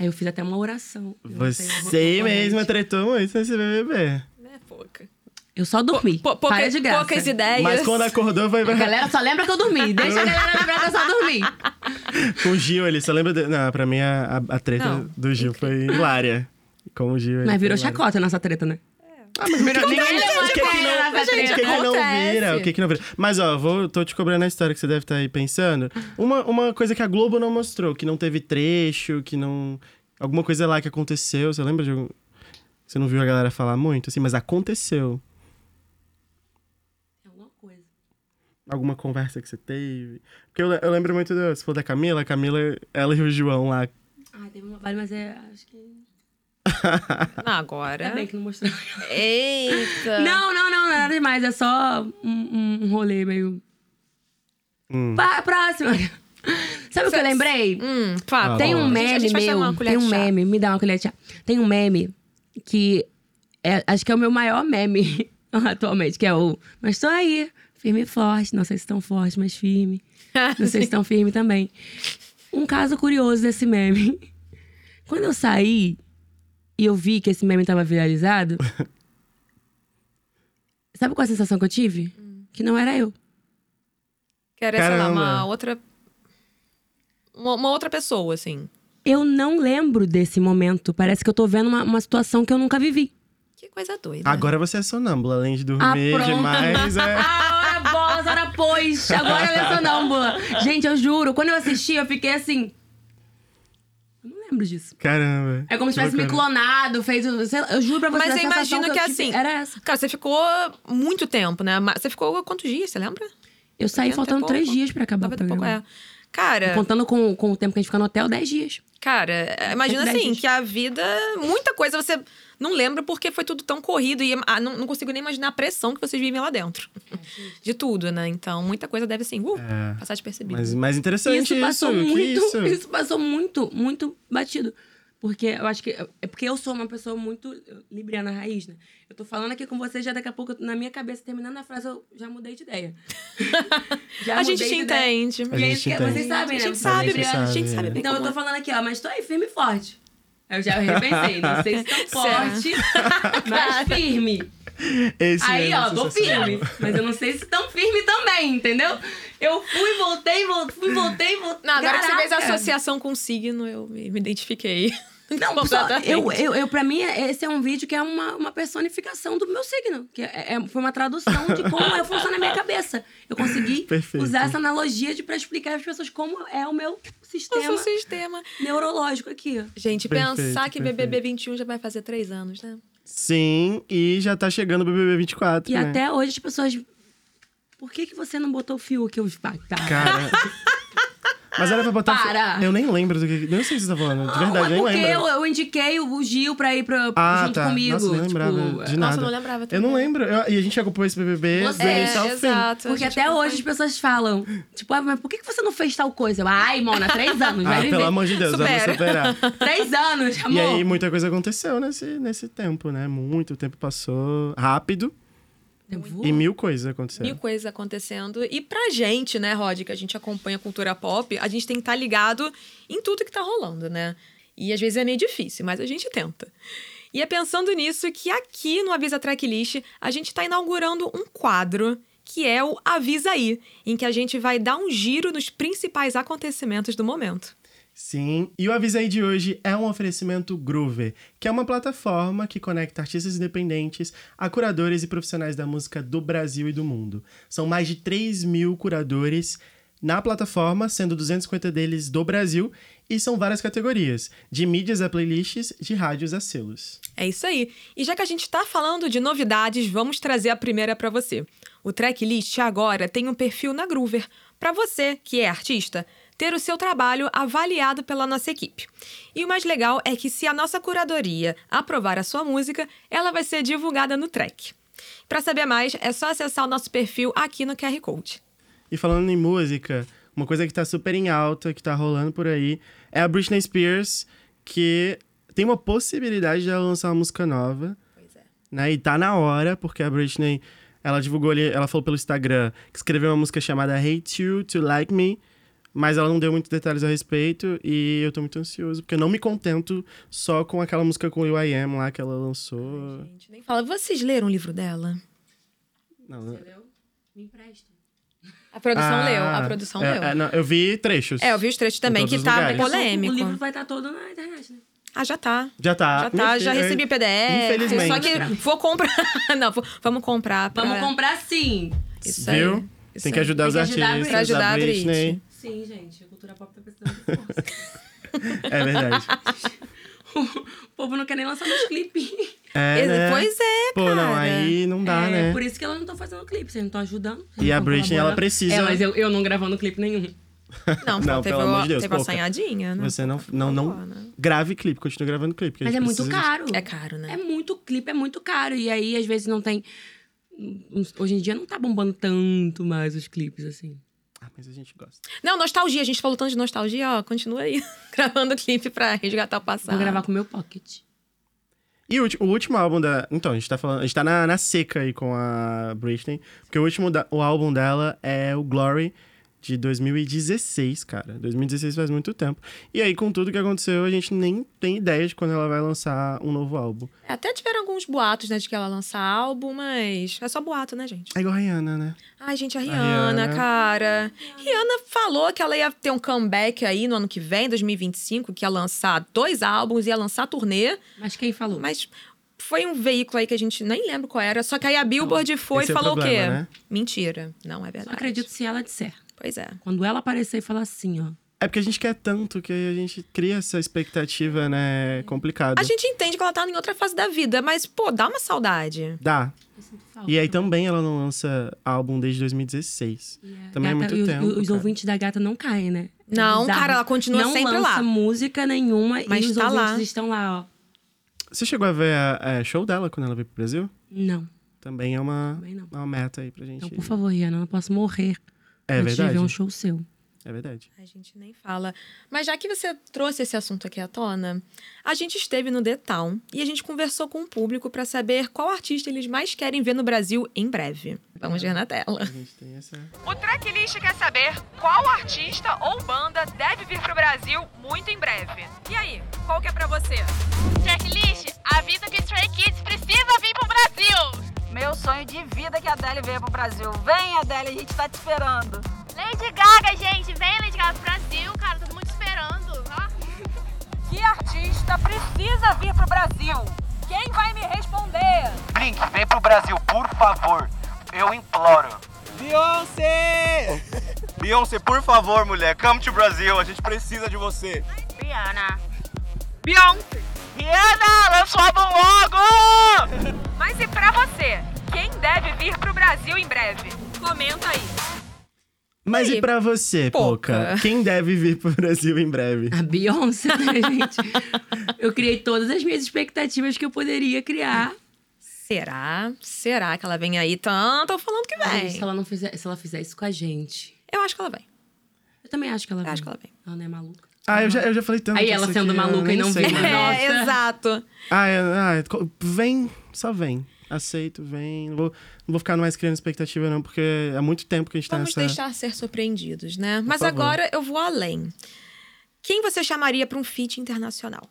Aí eu fiz até uma oração. Eu até-
Você
eu-
mesma tretou muito nesse BBB.
É pouca.
Eu só dormi.
Pou- pouca-
Para de graça.
Poucas
É
ideias.
Mas quando acordou, foi
A
pra...
galera só lembra que eu dormi. Deixa a galera lembrar que eu só dormi.
com o Gil ali. Só lembra. De... Não, pra mim a, a- a treta
Não.
do Gil foi hilária. Com o Gil. ele
Mas virou
foi hilário.
chacota a nossa treta, né?
Ah, mas melhor nem.
relevante
O que que
pra ela,
não-
pra
o que
gente,
que não
acontece.
vira? O que que não vira? Mas ó, vou, tô te cobrando a história que você deve estar aí pensando. Uma, uma coisa que a Globo não mostrou, que não teve trecho, que não. Alguma coisa lá que aconteceu. Você lembra de algum. Você não viu a galera falar muito, assim, mas aconteceu.
É alguma coisa.
alguma conversa que você teve? Porque eu, le- eu lembro muito, do, você falou da Camila, a Camila, ela e o João lá.
Ah, teve uma vale, mas é. Acho que.
Não, Ah, agora.
Ainda bem que não mostrou.
Eita.
É? Não, não, não, nada demais. É só um, um- um rolê meio.
Hum.
Pá, próximo. Sabe o que eu lembrei?
Hum,
Ah,
fala.
Tem um
A gente- a
meme
gente vai chamar uma
meu.
colher
Tem
de
um
chá.
meme, me dá uma colher de chá. Tem um meme que é- acho que é o meu maior meme atualmente, que é o Mas tô aí, firme e forte. Não sei se tão forte, mas firme. Não sei se tão firme também. Um caso curioso desse meme. Quando eu saí e eu vi que esse meme tava viralizado, sabe qual é a sensação que eu tive?
Hum.
Que não era eu.
Quero, sei lá, uma
Caramba.
outra. Uma, uma outra pessoa, assim.
Eu não lembro desse momento. Parece que eu tô vendo uma, uma situação que eu nunca vivi.
Que coisa doida.
Agora você é sonâmbula, além de
Ah,
dormir
pronto.
demais. É...
Ah, ora bolas, ora pois. Agora ela é sonâmbula. Gente, eu juro, quando eu assisti, eu fiquei assim. Eu não lembro disso.
Caramba.
É como se tivesse me
Bacana.
clonado, fez. o- sei lá, Eu juro pra você.
Mas
a
eu
sensação
imagino que,
eu tive
assim.
Era essa.
Cara, você ficou muito tempo, né? Mas Você ficou quantos dias, você lembra?
Eu saí
80 e
faltando três
pouco.
dias pra acabar o
90 e pouco,
programa.
é. Cara,
Contando com, com o tempo que a gente fica no hotel, dez dias.
cara, imagina
Dez
assim,
dias.
que a vida. Muita coisa você não lembra porque foi tudo tão corrido e ah, não, não consigo nem imaginar a pressão que vocês vivem lá dentro. De tudo, né? Então, muita coisa deve, assim, uh,
É.
passar despercebida.
Mas, mas interessante
Isso
isso.
passou
que
muito.
isso?
Isso? passou muito, muito batido. Porque eu acho que. É porque eu sou uma pessoa muito libriana raiz, né? Eu tô falando aqui com vocês, já daqui a pouco, na minha cabeça, terminando a frase, eu já mudei de ideia. Já
a gente
mudei
te
de ideia.
entende.
A
E é
gente
isso que
entende.
vocês sabem,
A
né?
gente
Vocês
sabe,
são
gente
Briana, a gente
sabe,
sabe.
é.
bem
Então eu
como
tô falando aqui, ó, mas tô aí firme e forte. Eu já repensei, não sei se tão
Será?
forte, mas firme.
Esse
Aí,
mesmo
ó, vou
sensacional.
firme. Mas eu não sei se tão firme também, entendeu? Eu fui, voltei, vol- fui, voltei, voltei.
Não, agora que você fez a
Caraca.
associação com o signo, eu me me identifiquei.
Não, pessoal,
Completamente.
eu, eu, eu, pra mim, esse é um vídeo que é uma, uma personificação do meu signo. Que é, é- foi uma tradução de como eu funciona na minha cabeça. Eu consegui
Perfeito.
usar essa analogia de, pra explicar às pessoas como é o meu
Eu
sistema
sou sistema.
neurológico aqui. ó.
Gente,
Perfeito,
pensar que
perfeito.
BBB 21 já vai fazer três anos, né?
Sim, e já tá chegando o BBB 24.
E
né?
até hoje as pessoas... Por que, que você não botou o fio que eu... Ah, tá.
Cara. Mas era pra botar.
Para!
Eu nem lembro do que. Eu não sei o que você tá falando. De
Não,
verdade,
é
nem
porque
lembro.
eu, eu indiquei o Gil pra ir pra,
Ah,
junto
tá.
comigo.
Nossa, nem
tipo,
lembrava de
Nossa,
nada.
eu não lembrava
Eu
também.
não lembro. Eu- e a gente acompanhou esse BBB
Você-
do início ao
É,
fim. Ah,
exato.
Porque
A gente
até
acompanha.
hoje as pessoas falam, tipo, ah, mas por que que você não fez tal coisa? Eu, Ai, Mona, três anos, vai
Ah,
viver.
pelo amor de Deus,
Supera.
vamos superar.
Três anos, amor.
E aí, muita coisa aconteceu nesse, nesse tempo, né? Muito tempo passou rápido
Eu vou-
e mil coisas aconteceram.
Mil coisas acontecendo. E pra gente, né, Rod, que a gente acompanha a cultura pop, a gente tem que estar ligado em tudo que tá rolando, né? E às vezes é meio difícil, mas a gente tenta. E é pensando nisso que aqui no Avisa Tracklist a gente tá inaugurando um quadro que é o Avisa Aí, em que a gente vai dar um giro nos principais acontecimentos do momento.
Sim, e o Avisei de hoje é um oferecimento Groover, que é uma plataforma que conecta artistas independentes a curadores e profissionais da música do Brasil e do mundo. São mais de 3 mil curadores na plataforma, sendo 250 deles do Brasil, e são várias categorias, de mídias a playlists, de rádios a selos.
É isso aí. E já que a gente tá falando de novidades, vamos trazer a primeira pra você. O Tracklist agora tem um perfil na Groover pra você, que é artista, ter o seu trabalho avaliado pela nossa equipe. E o mais legal é que se a nossa curadoria aprovar a sua música, ela vai ser divulgada no track. Pra saber mais, é só acessar o nosso perfil aqui no QR Code.
E falando em música, uma coisa que tá super em alta, que tá rolando por aí, é a Britney Spears, que tem uma possibilidade de ela lançar uma música nova.
Pois é.
né? E tá na hora, porque a Britney Ela divulgou ali, ela falou pelo Instagram que escreveu uma música chamada Hate You to Like Me, mas ela não deu muitos detalhes a respeito e eu tô muito ansioso, porque eu não me contento só com aquela música com o Will I Am lá que ela lançou.
Gente, nem fala. Vocês leram o livro dela?
Não,
Me empresta.
A produção
Ah,
leu. A produção
é,
leu.
é, não, eu vi trechos.
É, eu vi os trechos também,
todos
que
os
tá
lugares.
polêmico.
O livro vai estar todo na internet, né?
Ah, já tá.
Já tá.
Já
Minha
tá, já
filha,
recebi
eu-
PDF.
Infelizmente.
Só que vou comprar. Não, vou- vamos comprar. pra-
Vamos comprar sim.
Isso aí.
Viu?
isso
Tem que
aí.
ajudar
Tem
os
que ajudar a
artistas.
Pra ajudar a Britney.
Sim, gente. A cultura pop tá precisando de força.
É verdade.
o povo não quer nem lançar meus clipes.
É, né?
Pois é,
Pô,
cara.
não, aí não dá,
é,
né?
Por isso que elas não estão fazendo clipe. Vocês não estão ajudando. vocês
E
não
a
tão
Britney,
colaborando.
ela precisa-
É, mas eu, eu não gravando clipe nenhum.
Não,
Não,
teve,
pelo
o-
amor de Deus,
teve a
pouca.
assanhadinha, né?
Você não, não, não grave clipe, continua gravando clipe. porque a
né? Mas
gente
é muito
precisa-
caro.
É caro, né?
É muito clipe, é muito caro. E aí, às vezes, não tem. Hoje em dia não tá bombando tanto mais os clipes, assim.
Ah, mas a gente gosta.
Não, nostalgia. A gente falou tanto de nostalgia, ó. Continua aí gravando clipe pra resgatar o passado.
Vou gravar com o meu pocket.
E o, ulti- o último álbum da. Então, a gente tá falando. A gente tá na, na seca aí com a Britney. Porque o último da- o álbum dela é o Glory de 2016, cara. 2016 faz muito tempo. E aí, com tudo que aconteceu, a gente nem tem ideia de quando ela vai lançar um novo álbum.
Até tiveram alguns boatos, né, de que ela lança álbum, mas é só boato, né, gente?
É igual a Rihanna, né?
Ai, gente, a
Rihanna.
Rihanna, cara. Rihanna falou que ela ia ter um comeback aí no ano que vem, 2025, que ia lançar dois álbuns, ia lançar turnê,
Mas quem falou?
mas foi um veículo aí que a gente nem lembra qual era, só que aí a Billboard foi
Esse
e
é o
falou
problema,
o quê?
né?
Mentira, não é
Só
verdade.
acredito se ela disser.
Pois é.
Quando ela aparecer e falar assim, ó.
É porque a gente quer tanto que aí a gente cria essa expectativa, né? Complicada.
A gente entende que ela tá em outra fase da vida, mas pô, dá uma saudade.
Dá.
Eu sinto falta.
E aí também ela não lança álbum desde 2016.
E a
Também é muito
e os,
tempo,
e Os
cara.
ouvintes da gata não caem, né? É
Não,
bizarro.
cara, ela continua
não
sempre
lança
lá.
música nenhuma
Mas
e os
tá
ouvintes
lá.
estão lá, ó.
Você chegou a ver a, a show dela quando ela veio pro Brasil?
Não,
Também é uma,
também não.
uma meta aí pra gente.
Então, por favor, Rihanna, eu não posso morrer
é
antes de
verdade.
ver um show seu.
É verdade.
A gente nem fala. Mas já que você trouxe esse assunto aqui à tona, a gente esteve no The Town e a gente conversou com o público para saber qual artista eles mais querem ver no Brasil em breve. Vamos ver na
A
tela.
gente tem essa.
O Tracklist quer saber qual artista ou banda deve vir pro Brasil muito em breve. E aí, qual que é pra você?
Tracklist avisa que Stray Kids precisa vir pro Brasil.
Meu sonho de vida é que a Adele venha pro Brasil. Vem, Adele, a gente tá te esperando.
Lady Gaga, gente, vem Lady Gaga pro Brasil, cara, todo mundo esperando. ó.
Que artista precisa vir pro Brasil? Quem vai me responder?
Blink, vem pro Brasil, por favor. Eu imploro. Beyoncé! Beyoncé, por favor, mulher, come to Brasil, a gente precisa de você.
Rihanna.
Beyoncé.
Rihanna, lança o álbum logo!
um Mas e pra você? Quem deve vir pro Brasil em breve? Comenta aí.
Mas
Aí,
e pra você,
pouca.
Poca? Quem deve vir pro Brasil em breve?
A Beyoncé, né, gente? eu criei todas as minhas expectativas que eu poderia criar.
Será? Será que ela vem aí tanto? Tô falando que
Gente, Se
vem.
ela, não fizer, se ela fizer isso com a gente.
Eu acho que ela vem.
Eu também acho que ela
Eu
vai.
acho que ela vem.
Ela não é maluca.
Ah, eu já, eu já falei tanto.
Aí ela
isso
sendo
aqui, eu
maluca
nem
e não
sei
vem,
mais.
né? Nossa.
É, exato.
Ah, é, ah, é, co- vem, só vem. Aceito, vem. Não vou, não vou ficar mais criando expectativa, não, porque há muito tempo que a gente tá
Vamos
nessa.
deixar ser surpreendidos, né? Mas
favor.
agora eu vou além. Quem você chamaria pra um feat internacional?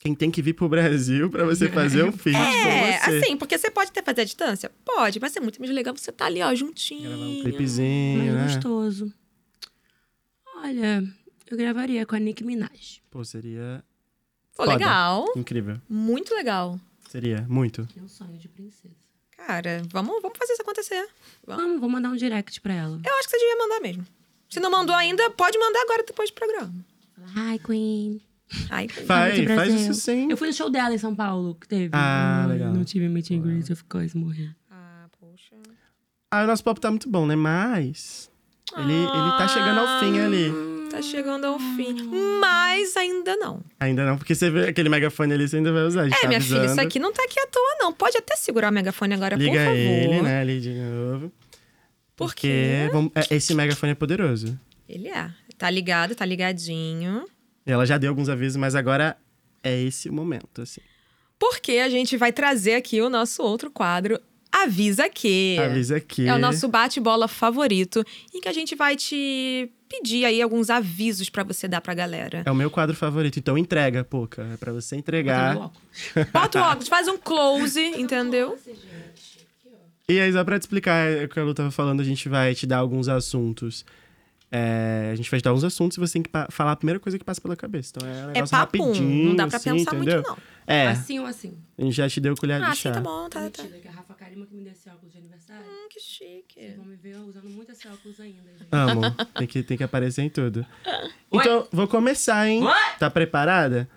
Quem tem que vir pro Brasil pra você fazer um feat
É,
com você.
assim, porque você pode até fazer à distância? Pode, mas é muito mais legal você tá ali, ó, juntinho.
Gravar um
Mas
clipezinho, né?
gostoso. Olha, eu gravaria com a Nicki Minaj.
Pô, seria
Pô,
Foda.
legal.
incrível.
Muito legal.
Seria, muito.
É um sonho de princesa.
Cara, vamos, vamos fazer isso acontecer. Vamos.
Vamos, vou mandar um direct pra ela.
Eu acho que você devia mandar mesmo. Se não mandou ainda, pode mandar agora depois do programa.
Hi, Queen.
Ai,
Faz,
Muito
faz
Brasil.
isso sim.
Eu fui no show dela em São Paulo, que teve.
Ah,
Não,
legal.
Não tive meet and greet, eu fico quase morrendo.
ah, poxa.
Ah, o nosso papo tá muito bom, né? Mas. Ele, ele tá chegando ao fim ali.
Tá chegando ao fim.
Hum.
Mas ainda não.
Ainda não, porque você vê aquele megafone ali, você ainda vai usar. a gente
É,
tá
minha filha, isso
avisando.
aqui não tá aqui à toa, não. Pode até segurar o megafone agora, por
Liga
favor.
ele, né, ali de novo.
Por
Porque vamos- é, esse megafone é poderoso.
Ele é. Tá ligado, tá ligadinho.
Ela já deu alguns avisos, mas agora é esse o momento, assim.
Porque a gente vai trazer aqui o nosso outro quadro, Avisa que.
Avisa que.
É o nosso bate-bola favorito, em que a gente vai te pedir aí alguns avisos pra você dar pra galera.
É o meu quadro favorito. Então entrega, Poca. É pra você entregar.
Bota o óculos, faz um close, entendeu?
E aí, só pra te explicar é, o que a Lu tava falando, a gente vai te dar alguns assuntos. É, a gente vai te dar alguns assuntos e você tem que pa- falar a primeira coisa que passa pela cabeça. Então é um negócio
papum,
rapidinho,
não dá pra
assim,
pensar muito,
entendeu?
não.
É,
Assim ou assim?
a gente já te deu colher
Ah,
de chá.
assim tá bom, tá, tá.
Mentira, que a Rafa Karima que me deu esse óculos de aniversário.
Hum, que chique.
Vocês vão me ver usando muito esse óculos ainda, gente.
Amo. tem, que, tem que aparecer em tudo. Então, vou começar, hein? Tá preparada?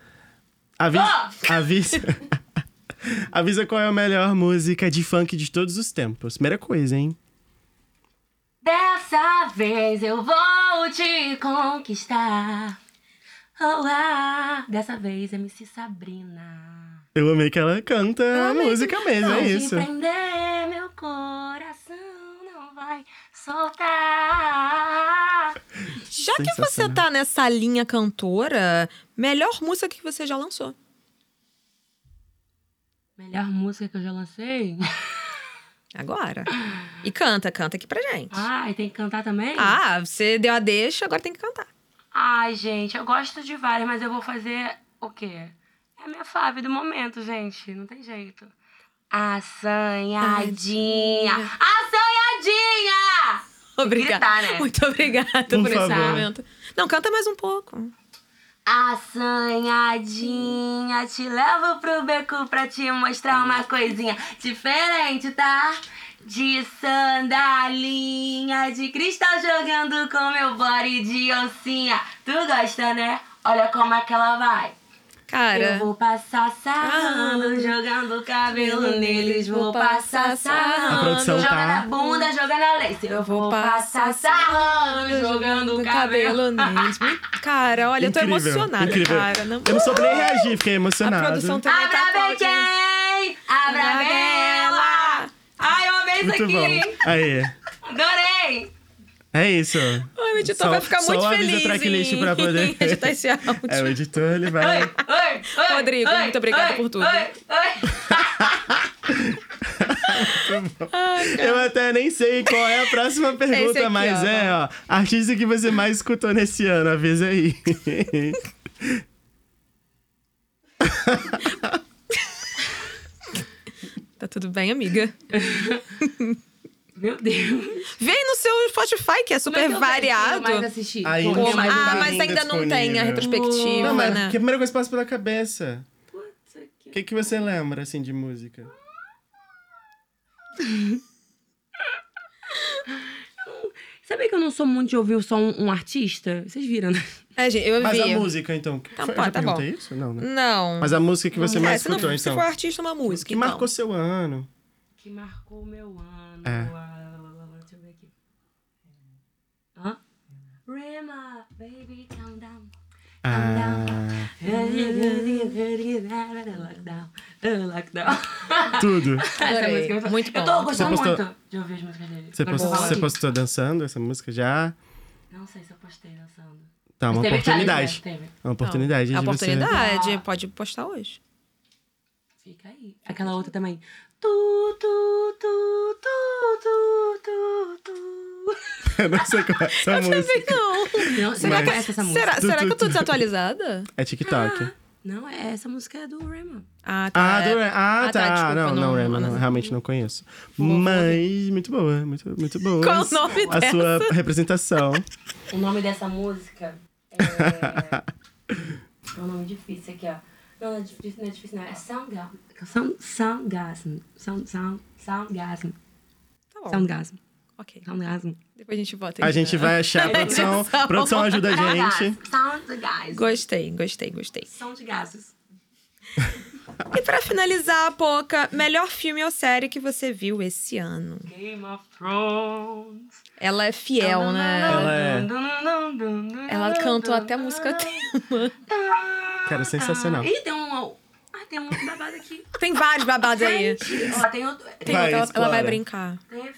Avi- Avisa. Avisa qual é a melhor música de funk de todos os tempos. Primeira coisa, hein?
Dessa vez eu vou te conquistar. Oh, ah. Dessa vez MC Sabrina.
Eu amei que ela canta a música mesmo, é
Pode
isso.
prender meu coração, não vai soltar.
Já que
né?
você tá nessa linha cantora, melhor música que você já lançou.
Melhor música que eu já lancei?
Agora. E canta, canta aqui pra gente.
Ai, tem que cantar também?
Ah, você deu a deixa, agora tem que cantar.
Ai, gente, eu gosto de várias, mas eu vou fazer o quê? É a minha fave do momento, gente. Não tem jeito. Assanhadinha! Assanhadinha!
Obrigada.
Gritar, né?
Muito obrigada por, esse
favor.
momento. Não, canta mais um pouco.
Assanhadinha, te levo pro beco pra te mostrar uma coisinha diferente, tá? De sandalinha, de cristal jogando com meu body de oncinha. Tu gosta, né? Olha como é que ela vai. Eu
Cara,
vou passar sarrando, jogando cabelo neles. Vou passar
A
sarrando,
produção
joga
tá-
na bunda, joga na lace. Eu vou passar sarrando, jogando cabelo.
neles. Cara, olha, eu tô
Incrível,
emocionada,
incrível.
cara. Não...
Eu não soube nem reagir, fiquei
A
emocionado.
produção também tá
Abra bem
aplaudindo.
quem? Abra bem ela. Ai, eu amei isso
Muito bom.
aqui.
Aí.
Adorei.
É isso.
Ai, o editor
Só-
vai ficar
só
muito
avisa
feliz
a tracklist
em
pra poder-
editar esse áudio.
É, o editor, ele vai.
Oi, oi, oi.
Rodrigo,
oi,
muito obrigada
oi,
por tudo.
Oi, oi.
Eu até nem sei qual é a próxima pergunta,
aqui,
mas
ó.
é, ó. Artista que você mais escutou nesse ano, avisa aí.
Tá tudo bem, amiga?
Meu Deus.
Vem no seu Spotify, que é
Como é
super
que eu
variado.
mais assistido?
Aí,
Como é
Pô,
mais
não
ah,
tá
mas
ainda
ainda não tem
disponível.
a retrospectiva,
Não, mas é
né?
que a primeira coisa que passa pela cabeça.
Puta
O
que-
que, que você lembra, assim, de música?
Sabia que eu não sou muito de ouvir só um, um artista? Vocês viram, né?
É, gente, eu
Mas
vi.
a música, então. que-
Tá,
foi- eu
pô,
já
tá bom.
perguntei isso? Não, né?
Não.
Mas a música que você
É,
mais
se não-
escutou,
se
então.
for artista, uma música,
Que
então.
marcou seu ano.
Que marcou o meu ano.
É.
Ah, Deixa eu ver aqui. Hã? Rema, baby, calm down.
Ah,
Lockdown, lockdown.
Ah. tudo.
Essa
Adorei.
música é
Muito bom.
Eu tô gostando
Você postou-
muito de ouvir as músicas dele.
Você
Agora eu
postou,
vou falar
você
aqui.
postou dançando essa música já?
Não sei se eu postei dançando.
Tá, uma
Mas teve
oportunidade.
challenge, né? Teve.
Uma oportunidade.
É a
de você- Ah.
oportunidade. Pode postar hoje.
Fica aí. Aquela outra também. Tu, tu, tu, tu, tu, tu, tu.
Eu não sei qual é essa música.
Também não. é-
Não, você
Mas-
não conhece essa música?
Será,
Tu,
será
tu,
que eu tô
tu.
desatualizada?
É TikTok.
Não, é- essa música é do Rema.
Ah,
Ah,
é.
do Ram. Ah, tá.
Ah, tá, desculpa,
não, não,
não-
Ram, não,
não-
realmente não conheço. Mas muito boa, muito, muito boa.
Qual o nome
A
dessa?
sua representação.
O nome dessa música é. é um nome difícil aqui, ó. Não, não é difícil, não é difícil, não. É Soundgasm. Sound- Soundgasm. Sound- Sound- Soundgasm.
Tá bom.
Soundgasm.
Ok.
Soundgasm.
Depois a gente bota
A
aqui,
gente
né?
vai achar. Produção,
direção.
produção ajuda a gente.
Soundgasm.
Gostei, gostei, gostei.
Soundgasm.
E pra finalizar, Poca, melhor filme ou série que você viu esse ano?
Game of Thrones.
Ela é fiel, né?
Ela é-
Ela cantou até música tema.
Cara, sensacional.
Ih, tem um. Ah, tem um outro babado aqui.
Tem vários babados aí.
Ó, tem outro.
Tem
Vai,
outra, ela, ela
explora.
vai brincar.
tem-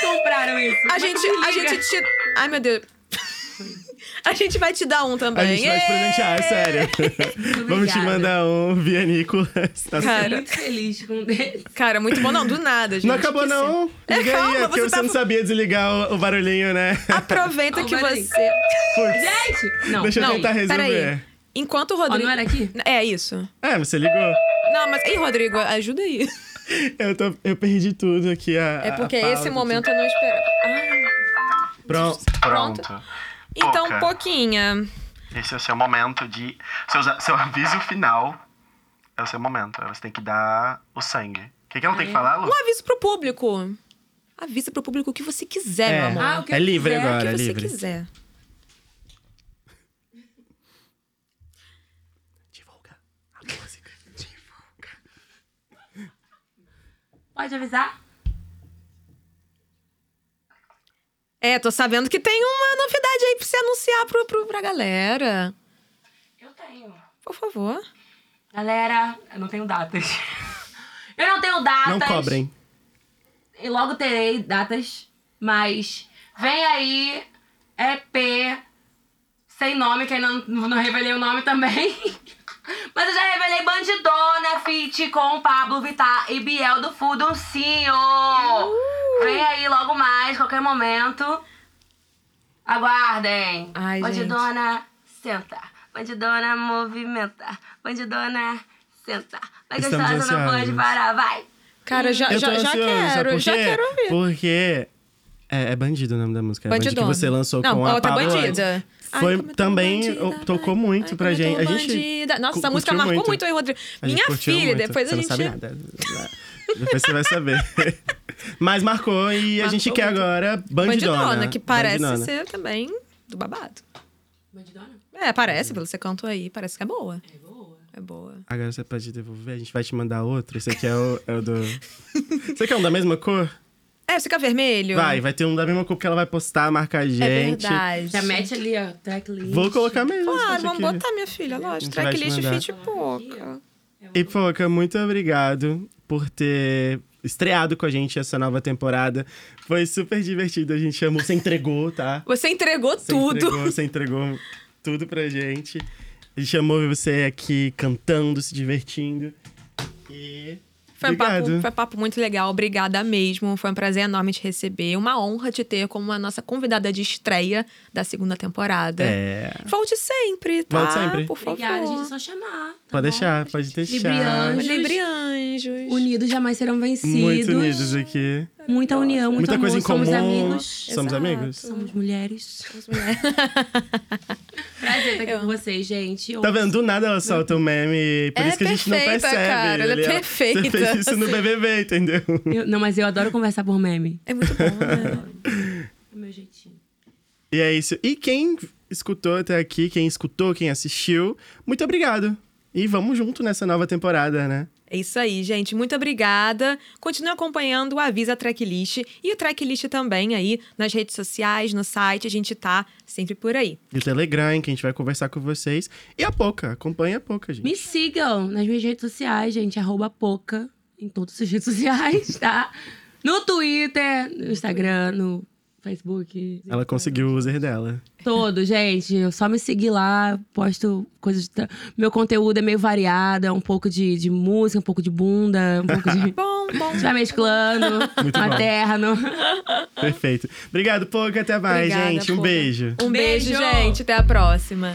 compraram isso.
A gente, a gente te. Ai, meu Deus. A gente vai te dar um também.
A gente vai te
Ê!
presentear, é sério. Vamos te
Obrigada.
mandar um via Nicolas. Tá certo.
Cara,
Muito feliz com ele.
cara, muito bom. Não, do nada, gente.
Não acabou,
Esqueci.
não? Liga
calma,
aí, é porque
você
você
tá-
não sabia desligar o, o barulhinho, né?
Aproveita
Não,
que
peraí.
você.
Putz.
Gente! Não,
Deixa eu
não.
tentar
Peraí.
resolver.
Enquanto o
Ó,
Rodrigo.
não era aqui?
É isso.
É, você ligou.
Não, mas. Ih, Rodrigo, ajuda aí.
Eu, tô- eu perdi tudo aqui. a-
É
a- a
porque
pauta,
esse
tudo.
momento eu não esperava. Ai.
Pronto.
Pronto. Então,
Pouca.
pouquinha.
Esse é o seu momento de. Seu, seu aviso final é o seu momento. Você tem que dar o sangue. O que, que ela tem que falar, Lu?
Um aviso pro público. Avisa pro público o que você quiser,
É.
meu amor.
Ah, o que
É
eu
livre
quiser,
agora,
o
é
que você
livre.
quiser.
Divulga a música.
Pode avisar?
É, tô sabendo que tem uma novidade aí pra você anunciar pro, pro, pra galera.
Eu tenho.
Por favor.
Galera, eu não tenho datas. Eu não tenho datas.
Não cobrem.
E logo terei datas. Mas vem aí, EP, sem nome, que ainda não, não revelei o nome também. Mas eu já revelei Bandidona, né, feat com Pablo Vittar e Biel do Fuduncinho. Vem aí logo mais, qualquer momento. Aguardem.
Ai,
Bandidona, senta. Bandidona, movimenta. Bandidona, senta. Mas
Estamos
gostosa não pode
ansiosos.
parar, vai.
Cara, já,
Hum. Eu tô
já, já
ansioso, sabe
quero.
por
Já
quê?
quero ouvir.
Porque. É, é Bandido o nome da música. Bandido que
Bandidona.
você lançou
Não,
com a
outra
Paola.
bandida. Ai,
Foi
como eu tô
também
bandida,
o- tocou
ai,
muito
ai,
pra
como eu tô
gente. A gente
bandida. Nossa,
cu-
essa música
curtiu
marcou
muito.
muito, hein, Rodrigo?
A gente
Minha
curtiu
filha,
muito.
depois
você
a gente.
Não sabe nada. Depois você vai saber. Mas marcou e a gente
Marcou
quer
muito.
agora Bandidona.
Bandidona, que parece
Bandidona.
ser também do babado.
Bandidona?
É,
Uhum.
parece, pelo que você cantou aí, parece que é boa.
É boa.
É boa.
Agora você pode devolver, a gente vai te mandar outro. Esse aqui é o, é o do. Você quer um da mesma cor?
É, você quer vermelho?
Vai, vai ter um da mesma cor porque ela vai postar, marcar a gente.
É verdade.
Já mete ali, ó, tracklist.
Vou colocar mesmo.
Claro,
isso
vamos
aqui.
botar, minha filha, lógico.
gente vai te
Tracklist
mandar.
fit pouca.
E Poca, muito obrigado por ter estreado com a gente essa nova temporada. Foi super divertido, a gente chamou, você entregou, tá?
Você entregou
Você
tudo.
Entregou, você entregou tudo pra gente. A gente chamou você aqui cantando, se divertindo. E
Foi um, papo,
Obrigado.
foi um papo muito legal, obrigada mesmo. Foi um prazer enorme te receber. Uma honra te ter como a nossa convidada de estreia da segunda temporada.
é,
Volte sempre, tá?
Volte sempre.
Por favor.
Obrigada, gente, é só chamar. tá
pode
bom?
deixar, pode deixar.
Libriano.
Libre anjos.
Unidos jamais serão vencidos.
Muito unidos aqui.
Muita união, muito
Muita
amor.
coisa em comum.
Somos amigos.
Somos
Exato.
amigos?
Somos mulheres. Prazer estar aqui com vocês, gente.
Tá vendo? Do nada ela solta um meme, por
Ela é
isso que a gente não
perfeita,
percebe.
cara, ela é
ele. Você
perfeita.
fez isso no BBB, entendeu?
Eu- não, mas eu adoro conversar por meme.
É muito bom, né?
É meu jeitinho.
E é isso. E quem escutou até aqui, quem escutou, quem assistiu, muito obrigado. E vamos junto nessa nova temporada, né?
É isso aí, gente. Muito obrigada. Continue acompanhando o Avisa Tracklist e o Tracklist também aí nas redes sociais, no site. A gente tá sempre por aí.
E o Telegram, em que a gente vai conversar com vocês. E a Poca, acompanha a Poca, gente.
Me sigam nas minhas redes sociais, gente. Arroba Poca. Em todas as redes sociais, tá? No Twitter, no Instagram, no Facebook.
Ela conseguiu o user dela.
Todo, gente. Eu Só me seguir lá, posto coisas. de tra- Meu conteúdo é meio variado, é um pouco de, de música, um pouco de bunda, um pouco de.
Bom, bom.
A gente vai mesclando,
Muito bom.
materno.
Perfeito. Obrigado, Poca. Até mais,
Ah. Obrigada,
gente. Um
Poca.
beijo.
Um beijo,
Beijo!
gente. Até a próxima.